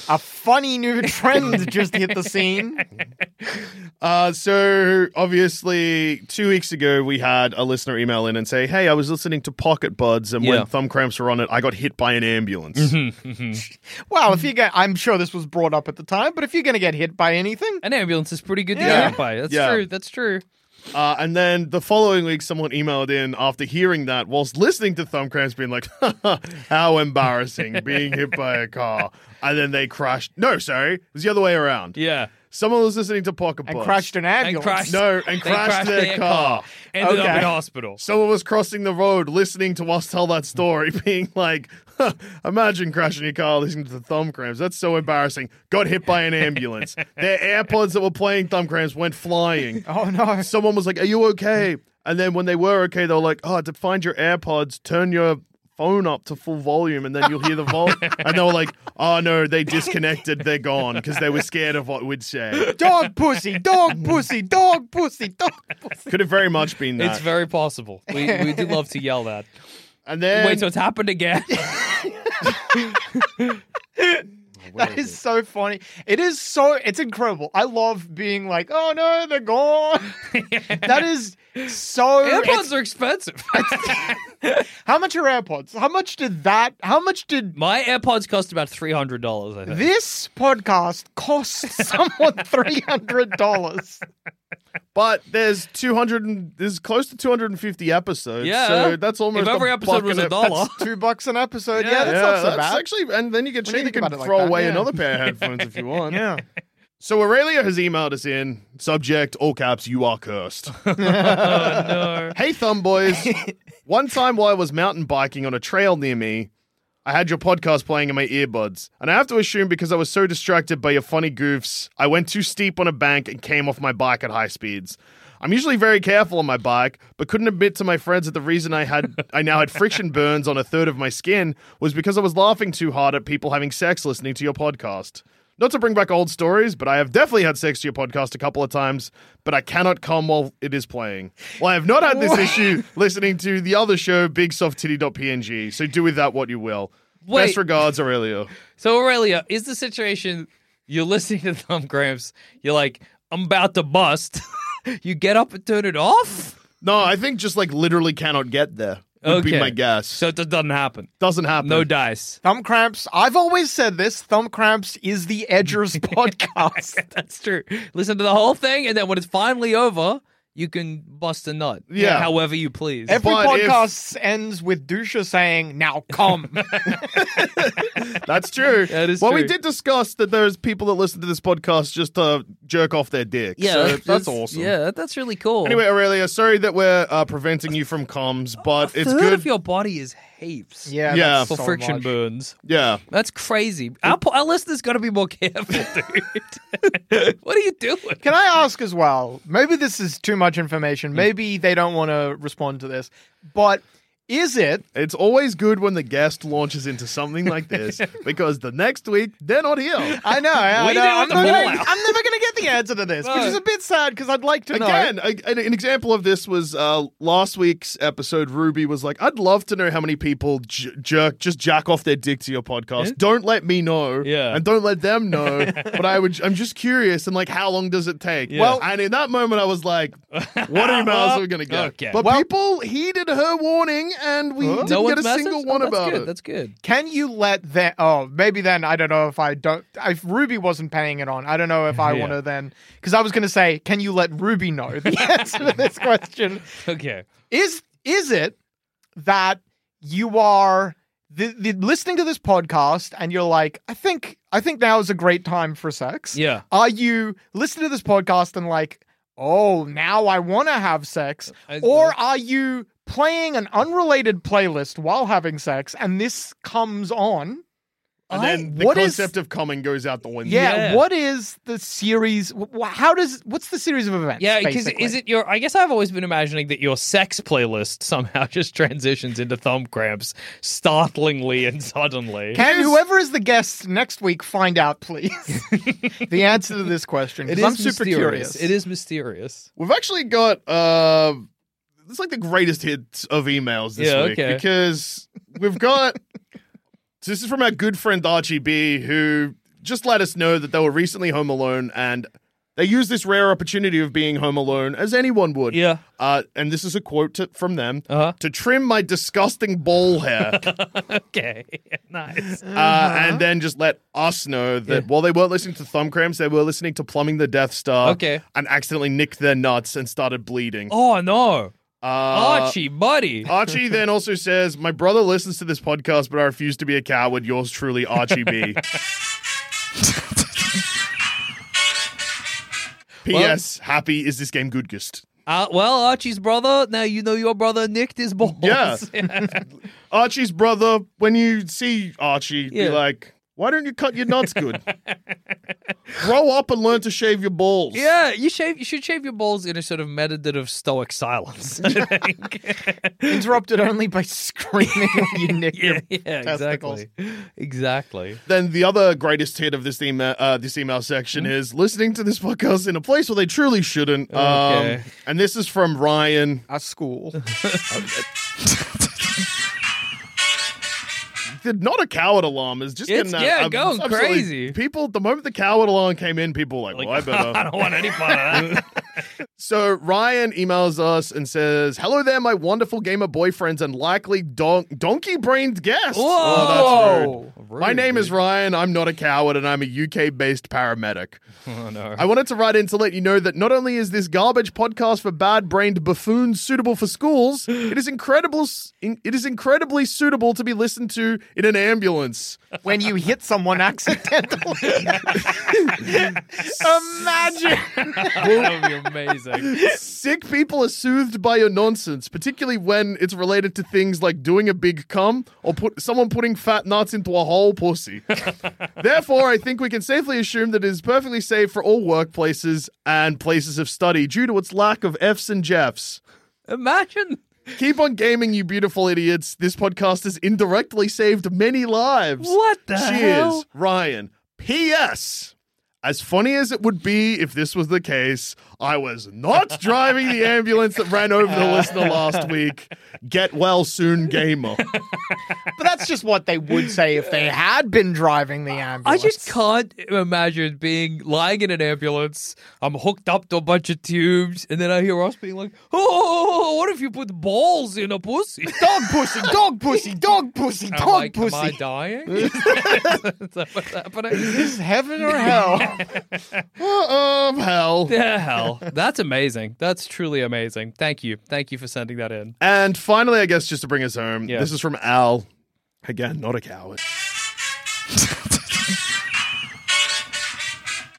S4: A funny new trend just hit the scene.
S1: Uh, so obviously, two weeks ago we had a listener email in and say, "Hey, I was listening to Pocket Buds, and
S2: Yeah.
S1: when thumb cramps were on it, I got hit by an ambulance."
S4: Well, if you get, I'm sure this was brought up at the time, but if you're going to get hit by anything,
S2: An ambulance is pretty good to
S4: Yeah.
S2: get hit by. That's
S1: Yeah.
S2: true. That's true.
S1: Uh, and then the following week, someone emailed in after hearing that whilst listening to thumb cramps, being like, "How embarrassing being hit by a car," and then they crashed. No, sorry, it was the other way around.
S2: Yeah.
S1: Someone was listening to Pocket
S4: and
S1: Buds
S4: crashed an
S2: And
S4: ambulance.
S2: crashed,
S1: No, and
S2: they
S1: crashed their car.
S2: Ended
S4: Okay.
S2: up in hospital.
S1: Someone was crossing the road listening to us tell that story, being like, "Huh, imagine crashing your car listening to the thumb cramps. That's so embarrassing. Got hit by an ambulance. Their AirPods that were playing thumb cramps went flying.
S4: Oh no!
S1: Someone was like, Are you okay? And then when they were okay, they were like, Oh, to find your AirPods, turn your phone up to full volume and then you'll hear the volume. and they were like, Oh no, they disconnected. They're gone because they were scared of what we'd say.
S4: Dog pussy, dog pussy, dog pussy, dog pussy.
S1: Could have very much been that.
S2: It's very possible. We, we do love to yell that.
S1: and then
S2: Wait, so it's happened again.
S4: That is so funny. It is so. It's incredible. I love being like, oh no, they're gone. that is so. it's-
S2: AirPods are expensive.
S4: How much are AirPods? How much did that? How much did
S2: My AirPods cost about three hundred dollars. I think.
S4: this podcast cost someone three hundred dollars?
S1: But there's 200 and there's close to 250 episodes.
S2: Yeah.
S1: So that's
S2: If
S1: almost
S2: every
S1: a
S2: episode
S1: buck
S2: was
S1: and
S2: a dollar.
S1: that's-
S4: Two bucks an episode. Yeah,
S2: Yeah,
S4: that's
S1: yeah,
S4: not so
S1: that's
S4: bad.
S1: actually, and then you get
S4: When you
S1: cheap. You
S4: think
S1: can
S4: about it like
S1: throw
S4: that,
S1: away
S4: yeah.
S1: another pair of headphones if you want.
S4: yeah.
S1: So Aurelia has emailed us in subject all caps. You are cursed.
S2: no.
S1: hey, thumb boys. One time while I was mountain biking on a trail near me, I had your podcast playing in my earbuds, and I have to assume because I was so distracted by your funny goofs, I went too steep on a bank and came off my bike at high speeds. I'm usually very careful on my bike, but couldn't admit to my friends that the reason I had I now had friction burns on a third of my skin was because I was laughing too hard at people having sex listening to your podcast. Not to bring back old stories, but I have definitely had sex to your podcast a couple of times, but I cannot come while it is playing. Well, I have not had this issue listening to the other show, BigSoftTitty.png, so do with that what you will.
S2: Wait.
S1: Best regards, Aurelio.
S2: So Aurelia, is the situation you're listening to Thumb Gramps, you're like, I'm about to bust. you get up and turn it off?
S1: No, I think just like literally cannot get there. Would be
S2: Okay.
S1: my guess.
S2: So it doesn't happen.
S1: Doesn't happen.
S2: No dice.
S4: Thumb cramps. I've always said this. Thumb cramps is the Edgers podcast.
S2: That's true. Listen to the whole thing, and then when it's finally over, you can bust a nut.
S1: Yeah.
S2: However you please.
S4: Every
S1: But if-
S4: podcast ends with Dusha saying, "Now come."
S1: That's true.
S2: That is
S1: well, we
S2: true.
S1: did discuss that there's people that listen to this podcast just to jerk off their dick.
S2: yeah,
S1: so
S2: that-
S1: that's, awesome.
S2: Yeah, that- that's really cool.
S1: Anyway, Aurelia, sorry that we're uh, preventing you from comms,
S2: a
S1: but
S2: third
S1: it's good.
S2: of your body is heaps.
S4: yeah.
S1: Yeah.
S4: that's
S2: For
S4: so
S2: friction
S4: much.
S2: burns.
S1: yeah.
S2: That's crazy. Our, po- our listeners got to be more careful, dude. what are you doing?
S4: Can I ask as well? Maybe this is too much information. Maybe they don't want to respond to this. But is it
S1: It's always good when the guest launches into something like this because the next week they're not here.
S4: I know. I
S2: We
S4: know.
S2: do
S4: I'm,
S2: the
S4: not gonna,
S2: fallout.
S4: I'm never going to get the answer to this, which
S2: No.
S4: is a bit sad because I'd like to
S1: Again,
S4: know.
S1: a, an, an example of this was uh, last week's episode. Ruby was like, "I'd love to know how many people j- jerk just jack off their dick to your podcast. Don't let me know,
S2: Yeah.
S1: and don't let them know. but I would, I'm just curious, and like, how long does it take? Well, and in that moment, I was like, "What emails are we gonna get?"
S2: Okay.
S1: But
S4: Well-
S1: people heeded her warning, and we didn't
S2: no
S1: get a
S2: one's
S1: single
S2: messaged?
S1: one
S2: oh, that's
S1: about
S2: good.
S1: it.
S2: That's good.
S4: Can you let that? Oh, maybe then I don't know if I don't. If Ruby wasn't paying it on, I don't know if I
S2: Yeah.
S4: want to then. Because I was going to say, can you let Ruby know the answer to this question?
S2: Okay.
S4: Is is it that you are the, the listening to this podcast and you're like, I think I think now is a great time for sex.
S2: Yeah.
S4: Are you listening to this podcast and like, oh, now I want to have sex,
S2: I-
S4: or are you playing an unrelated playlist while having sex, and this comes on.
S1: And
S2: I-
S1: then the
S4: what is-
S1: concept of coming goes out the window.
S4: Yeah,
S2: Yeah.
S4: What is the series? wh- How does? What's the series of events?
S2: Yeah, because
S4: basically?
S2: is it your? I guess I've always been imagining that your sex playlist somehow just transitions into thumb cramps startlingly and suddenly.
S4: Can whoever is the guest next week find out, please, the answer to this question?
S2: It
S4: Because
S2: is
S4: I'm super
S2: mysterious.
S4: curious.
S2: It is mysterious.
S1: We've actually got uh, it's like the greatest hits of emails this
S2: Yeah,
S1: week
S2: okay.
S1: because we've got. so this is from our good friend Archie B, who just let us know that they were recently home alone and they used this rare opportunity of being home alone as anyone would.
S2: Yeah.
S1: Uh, and this is a quote to, from them
S2: Uh-huh.
S1: to trim my disgusting ball hair.
S2: Okay, nice.
S1: uh,
S2: Uh-huh.
S1: and then just let us know that while they weren't listening to Thumb Cramps, they were listening to Plumbing the Death Star.
S2: Okay.
S1: And accidentally nicked their nuts and started bleeding.
S2: Oh no,
S1: Uh,
S2: Archie, buddy.
S1: Archie then also says, My brother listens to this podcast, but I refuse to be a coward. Yours truly, Archie B. P.S. Happy is this game good gist.
S2: Uh, well, Archie's brother. Now you know your brother nicked his balls.
S1: Yeah. Archie's brother, when you see Archie, be
S2: Yeah.
S1: like, why don't you cut your nuts good? Grow up and learn to shave your balls.
S2: Yeah, you shave. You should shave your balls in a sort of meditative stoic silence. I think.
S4: interrupted only by screaming when you nick your
S2: yeah, yeah,
S4: testicles.
S2: exactly, exactly.
S1: Then the other greatest hit of this email, uh, this email section
S2: Hmm?
S1: is listening to this podcast in a place where they truly shouldn't.
S2: Okay.
S1: Um, and this is from Ryan.
S4: At school.
S1: The not a coward alarm is just getting
S2: It's-
S1: that.
S2: yeah,
S1: I'm
S2: going
S1: absolutely-
S2: crazy.
S1: People, the moment the coward alarm came in, people were like, well, I better.
S2: I don't want any part of that.
S1: So Ryan emails us and says, "Hello there, my wonderful gamer boyfriends and likely don- donkey-brained guests."
S2: Whoa.
S1: Oh, that's rude. My
S2: Rude,
S1: name is
S2: dude.
S1: Ryan. I'm not a coward, and I'm a UK-based paramedic.
S2: Oh, no.
S1: I wanted to write in to let you know that not only is this garbage podcast for bad-brained buffoons suitable for schools, it is incredible. s- in- it is incredibly suitable to be listened to in an ambulance.
S4: when you hit someone accidentally. Imagine.
S2: that would be amazing.
S1: Sick people are soothed by your nonsense, particularly when it's related to things like doing a big cum or put someone putting fat nuts into a whole pussy. Therefore, I think we can safely assume that it is perfectly safe for all workplaces and places of study due to its lack of Fs and Jeffs.
S2: Imagine.
S1: Keep on gaming, you beautiful idiots. This podcast has indirectly saved many lives.
S2: What the
S1: Cheers,
S2: hell?
S1: Ryan. P.S. As funny as it would be if this was the case, I was not driving the ambulance that ran over the listener last week. Get well soon, gamer.
S4: But that's just what they would say if they had been driving the
S2: I
S4: ambulance.
S2: just can't imagine being lying in an ambulance. I'm hooked up to a bunch of tubes, and then I hear us being like, "Oh, what if you put balls in a pussy?
S4: Dog pussy, dog pussy, dog pussy,
S2: I'm
S4: dog
S2: like,
S4: pussy.
S2: Am I dying? Is that what's happening?
S4: Is heaven or hell?
S1: Uh, um, hell.
S2: Yeah, hell, that's amazing. That's truly amazing. Thank you, thank you for sending that in.
S1: And finally, I guess just to bring us home,
S2: Yeah.
S1: this is from Al. Again, not a coward.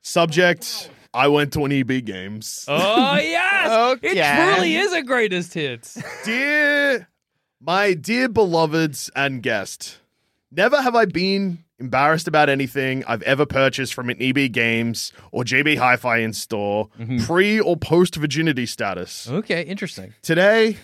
S1: Subject I went to an EB Games.
S2: Oh yes,
S4: Okay.
S2: it truly is a greatest hits.
S1: dear, my dear beloveds and guest, never have I been embarrassed about anything I've ever purchased from an EB Games or JB Hi-Fi in store, pre or post virginity status.
S2: Okay, interesting.
S1: Today,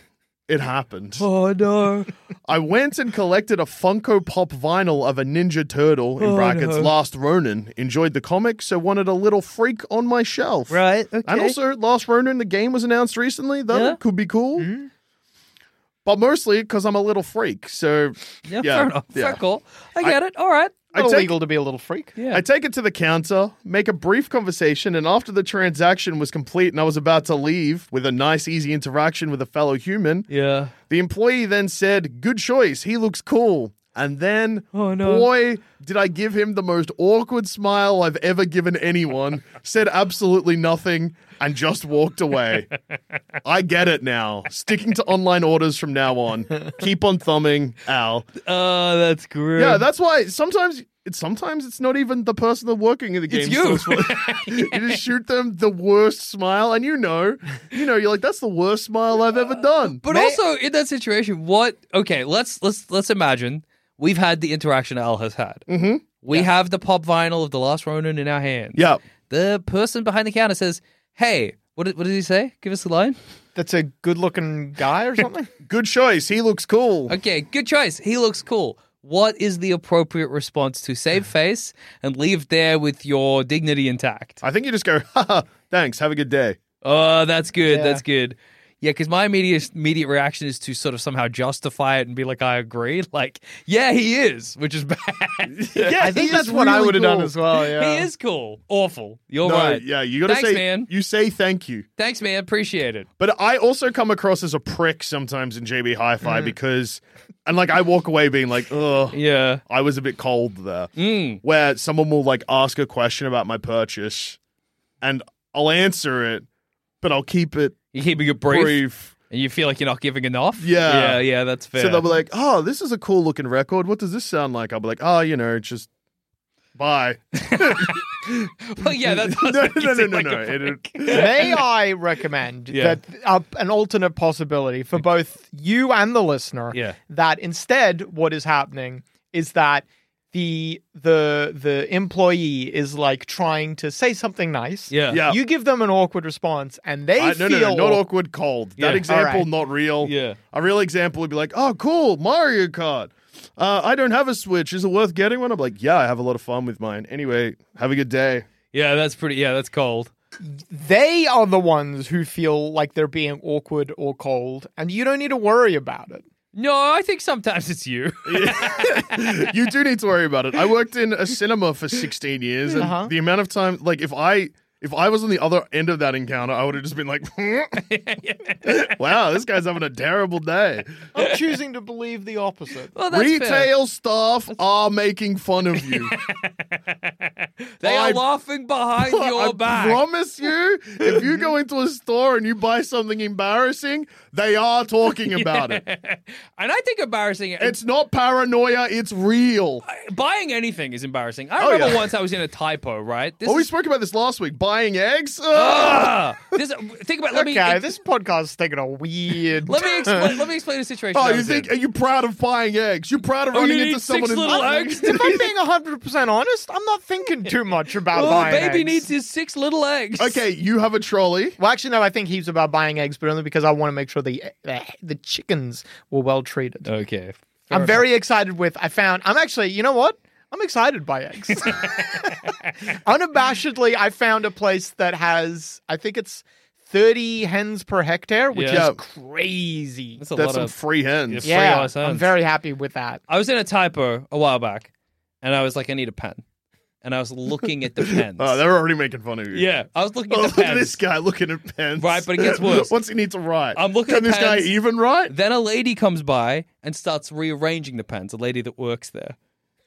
S1: it happened.
S2: Oh no.
S1: I went and collected a Funko Pop vinyl of a Ninja Turtle in
S2: Oh,
S1: brackets
S2: no.
S1: Last Ronin. Enjoyed the comic, so wanted a little freak on my shelf.
S2: Right. Okay.
S1: And also, Last Ronin, the game was announced recently. That
S2: Yeah. Mm-hmm.
S1: could be cool. But mostly because I'm a little freak. So,
S2: yeah,
S1: yeah,
S2: fair enough.
S1: yeah.
S2: Fair call. I get it. All right. Oh,
S1: I
S4: Not
S1: take,
S4: illegal to be a little freak.
S2: Yeah.
S1: I take it to the counter, make a brief conversation, and after the transaction was complete and I was about to leave with a nice, easy interaction with a fellow human,
S2: yeah.
S1: the employee then said, Good choice. He looks cool. And then,
S2: Oh, no.
S1: boy, did I give him the most awkward smile I've ever given anyone, said absolutely nothing, and just walked away. I get it now. Sticking to online orders from now on. Keep on thumbing, Al.
S2: Oh, that's great.
S1: Yeah, that's why sometimes it's sometimes it's not even the person that's working in the game.
S2: It's you.
S1: source. you just shoot them the worst smile, and you know, you know, you're like, that's the worst smile I've ever done.
S2: But also in that situation, what? Okay, let's let's let's imagine we've had the interaction Al has had. Mm-hmm. We have the pop vinyl of the Last Ronin in our hand.
S1: yeah,
S2: The person behind the counter says, "Hey, what did, what did he say? Give us the line."
S4: That's a good-looking guy or something.
S1: good choice. He looks cool.
S2: Okay, good choice. He looks cool. What is the appropriate response to save face and leave there with your dignity intact?
S1: I think you just go, haha, thanks, have a good day.
S2: Oh, that's good.
S4: Yeah.
S2: That's good. Yeah, because my immediate immediate reaction is to sort of somehow justify it and be like, I agree. Like, yeah, he is, which is bad.
S1: Yeah,
S4: I think that's what I would have done as well. Yeah.
S2: He is cool. Awful. You're
S1: no,
S2: right.
S1: yeah, you gotta
S2: Thanks,
S1: say,
S2: man.
S1: you say thank you.
S2: Thanks, man. Appreciate it.
S1: But I also come across as a prick sometimes in JB Hi-Fi because, and like I walk away being like, ugh,
S2: Mm. Yeah.
S1: I was a bit cold there.
S2: Mm.
S1: Where someone will like ask a question about my purchase, and I'll answer it, but I'll keep it
S2: You're keeping it brief,
S1: brief.
S2: and you feel like you're not giving enough.
S1: Yeah.
S2: Yeah, yeah, that's fair.
S1: So they'll be like, oh, this is a cool looking record. What does this sound like? I'll be like, oh, you know, just bye.
S2: well, yeah, that
S1: no, no,
S2: does make you
S1: no, no,
S2: seem
S1: no,
S2: like a
S1: no.
S2: prick.
S1: It-
S4: May I recommend
S2: Yeah.
S4: that uh, an alternate possibility for both you and the listener?
S2: Yeah.
S4: That instead, what is happening is that the the the employee is like trying to say something nice.
S2: Yeah.
S1: Yeah.
S4: You give them an awkward response, and they
S1: I- no,
S4: feel
S1: no, no, not awkward, cold.
S2: Yeah.
S1: That example,
S4: Alright.
S1: not real.
S2: Yeah.
S1: A real example would be like, oh, cool, Mario Kart. Uh, I don't have a Switch. Is it worth getting one? I'm like, yeah, I have a lot of fun with mine. Anyway, have a good day.
S2: Yeah, that's pretty. Yeah, that's cold.
S4: they are the ones who feel like they're being awkward or cold, and you don't need to worry about it.
S2: No, I think sometimes it's you.
S1: you do need to worry about it. I worked in a cinema for 16 years, and
S4: Uh-huh.
S1: the amount of time, like, if I if I was on the other end of that encounter, I would have just been like, wow, this guy's having a terrible day.
S4: I'm choosing to believe the opposite.
S2: Well, that's fair.
S1: Retail staff are making fun of you.
S2: They are
S1: I-
S2: laughing behind
S1: I
S2: your back.
S1: promise you, if you go into a store and you buy something embarrassing, they are talking about it.
S2: and I think embarrassing. uh,
S1: It's not paranoia, it's real.
S2: buying anything is embarrassing. I
S1: Oh, yeah.
S2: remember once I was in a typo. Right. This
S1: Well, we
S2: is-
S1: spoke about this last week. Buying eggs? Ugh.
S2: Ah! this, think about. Let me.
S4: okay, this podcast's taking a weird.
S2: Let me explain. Let me explain the situation.
S1: Oh,
S2: I
S1: you
S2: was
S1: think
S2: in.
S1: are you proud of buying eggs? You proud of
S2: Oh, you
S1: running
S2: need
S1: into
S2: six
S1: someone in
S2: little eggs?
S4: if I'm being 100% honest, I'm not thinking too much about
S2: Oh,
S4: buying
S2: baby
S4: eggs.
S2: needs his six little eggs.
S1: Okay, you have a trolley.
S4: Well, actually, no, I think heaps about buying eggs, but only because I want to make sure the the, the chickens were well treated.
S2: Okay.
S4: I'm very excited with, I found, I'm actually, you know what? I'm excited by eggs. Unabashedly, I found a place that has, I think it's 30 hens per hectare, which
S2: Yeah.
S4: is crazy.
S2: That's a
S1: That's
S2: lot
S1: some
S2: of.
S1: free hens.
S2: Yeah.
S4: Yeah,
S2: freelance
S4: I'm
S2: hens.
S4: very happy with that.
S2: I was in a typo a while back, and I was like, I need a pen, and I was looking at the pens.
S1: Oh, they're already making fun of you.
S2: yeah, I was looking
S1: Oh,
S2: at
S1: look
S2: the
S1: at
S2: pens.
S1: this guy looking at pens.
S2: Right, but it gets worse.
S1: What's he need to write?
S2: I'm looking
S1: Can
S2: at
S1: this guy
S2: pens.
S1: even write?
S2: Then a lady comes by and starts rearranging the pens, a lady that works there.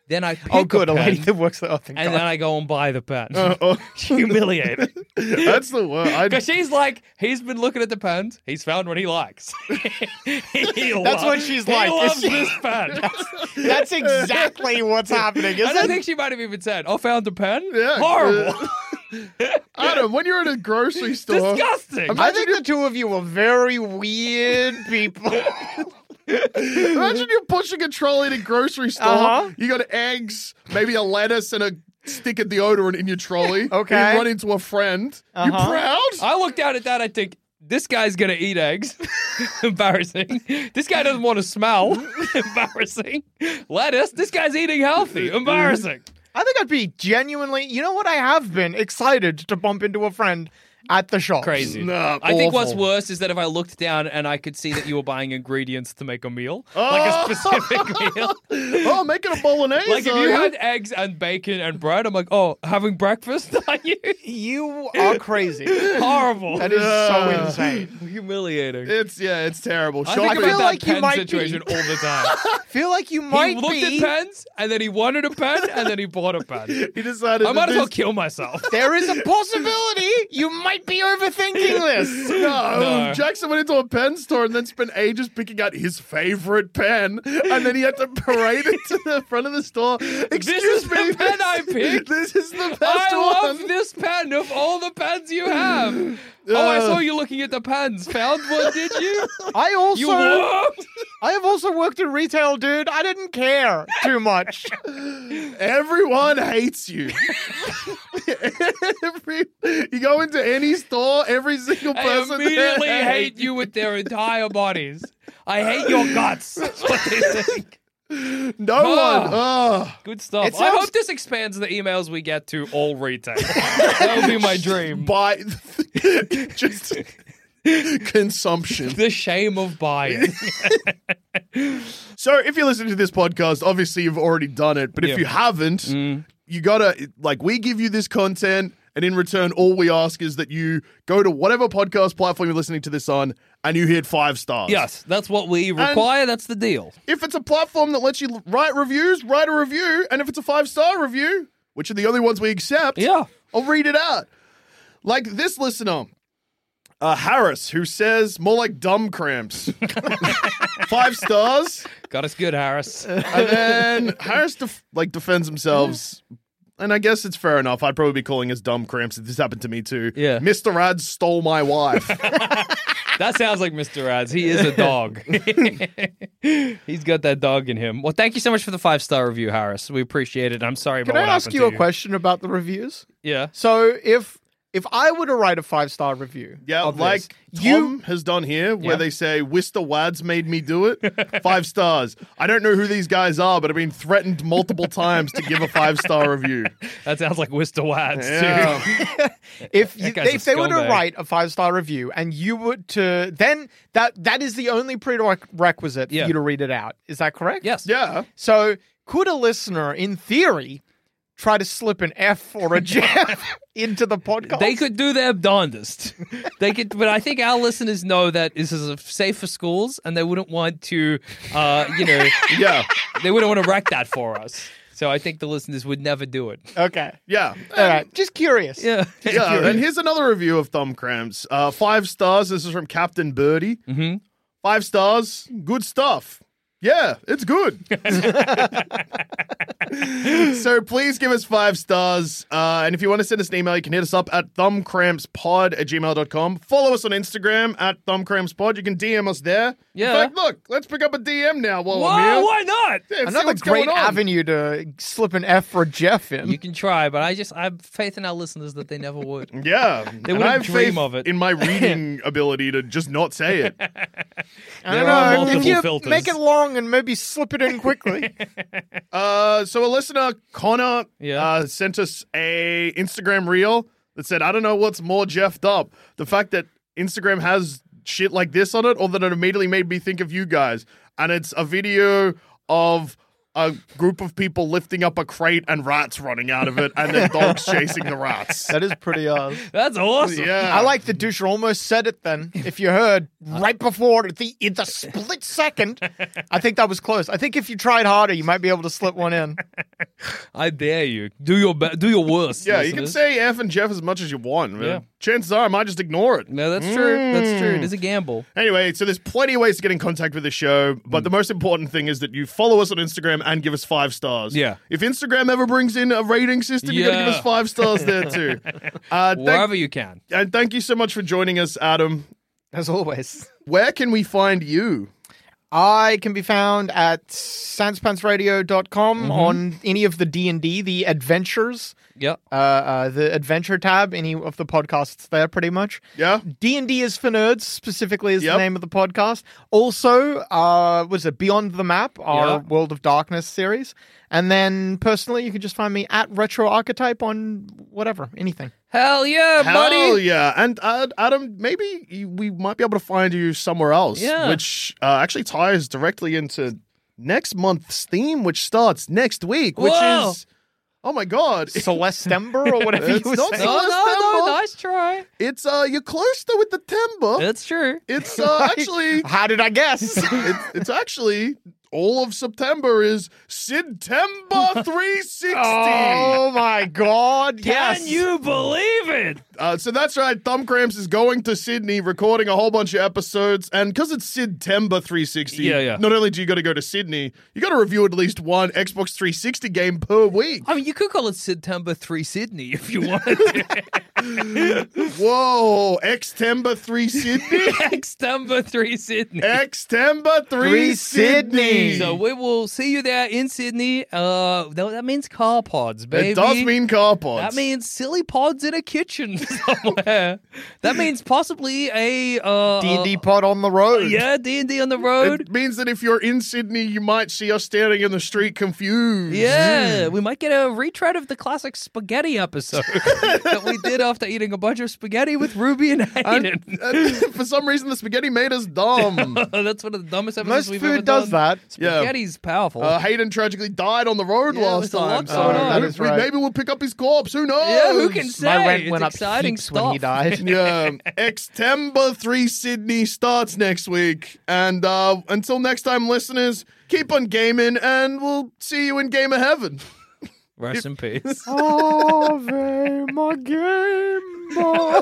S2: Then I pick
S4: Oh, good. A
S2: pen,
S4: lady that works there. Oh, thank
S2: and
S4: God.
S2: then I go and buy the pen.
S1: oh.
S2: Humiliated.
S1: That's the word. I,
S2: Because she's like, he's been looking at the pens. He's found what he likes. He
S4: That's
S2: lo-
S4: what she's
S2: he
S4: like.
S2: loves
S4: Is she-
S2: this pen.
S4: That's exactly what's happening,
S2: And I
S4: isn't it?
S2: think she might have even said, "I found the pen."
S1: Yeah.
S2: Horrible,
S1: Adam, when you're at a grocery store,
S2: disgusting.
S4: I think the two of you are very weird people.
S1: imagine you're pushing a trolley to a grocery store.
S4: Uh-huh.
S1: You got eggs, maybe a lettuce, and a stick of deodorant in your trolley.
S4: Okay.
S1: And you run into a friend.
S4: Uh-huh.
S1: You proud?
S2: I look down at that. I think this guy's gonna eat eggs. Embarrassing. This guy doesn't want to smell. Embarrassing. Lettuce. This guy's eating healthy. Embarrassing.
S4: I think I'd be genuinely, you know what? I have been excited to bump into a friend at the shop.
S2: Crazy.
S1: Nah,
S2: I think what's
S1: awful.
S2: worse is that if I looked down and I could see that you were buying ingredients to make a meal,
S4: Oh.
S2: like a specific meal.
S1: oh, making a bolognese.
S2: Like if
S1: are
S2: you had eggs and bacon and bread, I'm like, oh, having breakfast? Are you
S4: You are crazy. that
S2: horrible?
S4: is so
S1: Yeah.
S4: insane.
S2: humiliating.
S1: It's yeah, it's terrible.
S2: I
S1: Shopping-
S2: think about
S4: feel
S2: that
S4: like you
S2: pen
S4: might be-
S2: situation all the time.
S4: I feel like you
S2: he
S4: might
S2: looked
S4: be.
S2: at pens and then he wanted a pen and then he bought a pen.
S1: he decided.
S2: I might
S1: that
S2: as well
S1: this-
S2: kill myself.
S4: there is a possibility you might might be overthinking this.
S1: No,
S2: No.
S1: Jackson went into a pen store and then spent ages picking out his favorite pen, and then he had to parade it to the front of the store. Excuse
S2: is
S1: me,
S2: the pen
S1: this-
S2: I picked?
S1: This is the best
S2: I love
S1: one.
S2: this pen of all the pens you have. oh, I saw you looking at the pens. Found one, did you?
S4: I also
S2: You what?
S4: I have also worked in retail, dude. I didn't care too much.
S1: Everyone hates you. Every, you go into any store, every single
S2: I
S1: person
S2: immediately
S1: there
S2: hate you with their entire bodies. I hate your guts. That's what they think.
S1: No one. Oh.
S2: Good stuff.
S4: It
S2: I
S4: sounds-
S2: hope this expands the emails we get to all retail. that would be my dream.
S1: Buy just consumption.
S2: The shame of buying.
S1: So if you're listening to this podcast, obviously you've already done it, but if
S2: Yeah.
S1: you haven't, you gotta like we give you this content, and in return, all we ask is that you go to whatever podcast platform you're listening to this on and you hit five stars.
S2: yes, that's what we require. that's the deal.
S1: If it's a platform that lets you l- write reviews, write a review, and if it's a five star review, which are the only ones we accept,
S2: Yeah.
S1: I'll read it out. Like this listener, uh, Harris, who says more like dumb cramps. five stars.
S2: Got us good, Harris.
S1: And then Harris def- like defends themselves. And I guess it's fair enough. I'd probably be calling us dumb cramps if this happened to me too.
S2: Yeah.
S1: Mr. Rad stole my wife.
S2: That sounds like Mr. Ads. He is a dog. He's got that dog in him. Well, thank you so much for the five star review, Harris. We appreciate it. I'm sorry
S4: Can
S2: about
S4: I
S2: what
S4: ask
S2: happened
S4: you a
S2: to
S4: question about the reviews?
S2: Yeah.
S4: So if if I were to write a five star review,
S1: Yeah,
S4: of
S1: like
S4: this,
S1: Tom has done here, where
S2: Yeah.
S1: they say Wister Wads made me do it. Five stars. I don't know who these guys are, but I've been threatened multiple times to give a five star review.
S2: That sounds like Wister Wads, too.
S1: Yeah.
S4: if you,
S2: guy's a
S4: if they were to
S2: scumbag.
S4: write a five star review and you were to then that that is the only prerequisite
S2: Yeah.
S4: for you to read it out. Is that correct?
S2: Yes.
S1: yeah.
S4: So could a listener, in theory, try to slip an F or a J into the podcast?
S2: They could do their darndest. They could, but I think our listeners know that this is a- safe for schools, and they wouldn't want to, uh, you know,
S1: Yeah.
S2: they wouldn't want to wreck that for us. So I think the listeners would never do it.
S4: Okay.
S1: Yeah.
S4: All right. Just curious.
S2: Um, Yeah.
S1: Yeah. And here's another review of Thumb Cramps. Uh, five stars. This is from Captain Birdie. Mm-hmm. Five stars. Good stuff. Yeah, it's good. so please give us five stars. Uh, and if you want to send us an email, you can hit us up at thumbcrampspod at gmail.com. Follow us on Instagram at thumbcrampspod. You can DM us there.
S2: Yeah.
S1: In fact, look, let's pick up a DM now while
S2: Why?
S1: I'm here.
S2: Why not?
S1: Yeah, see
S4: Another
S1: what's
S4: great
S1: going on.
S4: avenue to slip an F or a Jeff in.
S2: You can try, but I just I have faith in our listeners that they never would.
S1: Yeah. They
S2: wouldn't
S1: I have
S2: dream
S1: faith
S2: of it.
S1: In my reading ability to just not say it.
S4: I don't
S2: There are
S4: know. if
S2: multiple
S4: you
S2: filters.
S4: make it long and maybe slip it in quickly.
S1: Uh, so a listener, Connor,
S2: Yeah.
S1: uh, sent us a Instagram reel that said, "I don't know what's more jeffed up: the fact that Instagram has shit like this on it, or that it immediately made me think of you guys." And it's a video of a group of people lifting up a crate and rats running out of it, and then dogs chasing the rats.
S4: that is pretty uh, odd.
S2: That's awesome.
S1: Yeah,
S4: I like the doucher almost said it then. If you heard
S2: Uh.
S4: right before the in the split second, I think that was close. I think if you tried harder, you might be able to slip one in.
S2: I dare you. Do your be- do your worst.
S1: Yeah, you can
S2: listeners.
S1: say F and Jeff as much as you want. Man.
S2: Yeah.
S1: Chances are, I might just ignore it.
S2: No, that's true. That's true. It is a gamble.
S1: Anyway, so there's plenty of ways to get in contact with the show, but the most important thing is that you follow us on Instagram and give us five stars.
S2: Yeah.
S1: If Instagram ever brings in a rating system, you got to give
S2: Yeah.
S1: us five stars there too. Uh, thank-
S2: Wherever you can.
S1: and thank you so much for joining us, Adam.
S4: As always.
S1: Where can we find you?
S4: I can be found at sanspantsradio.com
S2: Mm-hmm.
S4: on any of the D&D, the adventures,
S2: Yep.
S4: uh, uh, the adventure tab, any of the podcasts there pretty much.
S1: Yeah.
S4: D&D is for nerds specifically is
S1: Yep.
S4: the name of the podcast. Also, uh was it Beyond the Map, our
S2: Yeah.
S4: World of Darkness series. And then personally, you can just find me at Retro Archetype on whatever, anything.
S2: Hell yeah, buddy.
S1: Hell yeah. And uh, Adam, maybe you- we might be able to find you somewhere else,
S2: Yeah.
S1: which uh, actually ties directly into next month's theme, which starts next week, which
S2: Whoa.
S1: is. Oh my God.
S4: Celestember or whatever you
S1: It's
S4: were
S1: not
S4: saying.
S2: No, no, no,
S1: September.
S2: nice try.
S1: It's uh, you're close though with the timber.
S2: That's true.
S1: It's uh, actually
S4: How did I guess?
S1: it's, it's actually all of September is September 360.
S4: Oh my god! yes.
S2: Can you believe it?
S1: Uh, so that's right. Thumbcramps is going to Sydney, recording a whole bunch of episodes, and because it's September 360,
S2: Yeah, yeah.
S1: Not only do you got to go to Sydney, you got to review at least one Xbox 360 game per week.
S2: I mean, you could call it September 3 Sydney if you wanted to.
S1: Whoa, Xtember 3 Sydney,
S2: September 3 Sydney.
S1: Xtember 3,
S4: Three
S1: Sydney.
S4: Sydney.
S2: So we will see you there in Sydney. Uh, no, that means car pods, baby.
S1: it does mean car pods.
S2: That means silly pods in a kitchen somewhere. that means possibly a uh,
S4: D&D pod on the
S2: uh,
S4: road.
S2: yeah, D and D on the road.
S1: It means that if you're in Sydney, you might see us standing in the street confused.
S2: yeah, we might get a retread of the classic spaghetti episode that we did after eating a bunch of spaghetti with Ruby and Hayden.
S1: And for some reason, the spaghetti made us dumb.
S2: That's one of the dumbest episodes
S4: Most
S2: we've ever
S4: food does
S2: done.
S4: that.
S1: Yeah.
S2: Spaghetti's powerful.
S1: Uh, Hayden tragically died on the road
S2: Yeah,
S1: last
S2: there's a lot
S1: time. Uh, so
S2: going on.
S4: That is
S1: we-
S4: right.
S1: Maybe we'll pick up his corpse. Who knows?
S2: yeah, who can say?
S4: My rent
S2: it's
S4: went up
S2: exciting
S4: heaps
S2: stuff.
S4: when he died.
S1: yeah, Extember 3 Sydney starts next week. And uh, until next time, listeners, keep on gaming and we'll see you in Gamer Heaven.
S2: Rest in peace.
S4: Ave my game boy.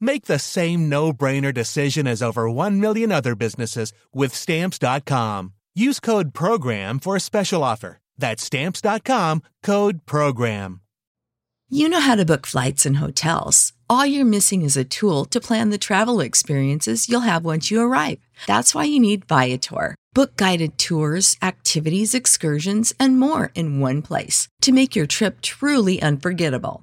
S6: Make the same no brainer decision as over 1 million other businesses with stamps.com. Use code PROGRAM for a special offer. That's stamps.com code PROGRAM.
S7: You know how to book flights and hotels. All you're missing is a tool to plan the travel experiences you'll have once you arrive. That's why you need Viator. Book guided tours, activities, excursions, and more in one place to make your trip truly unforgettable.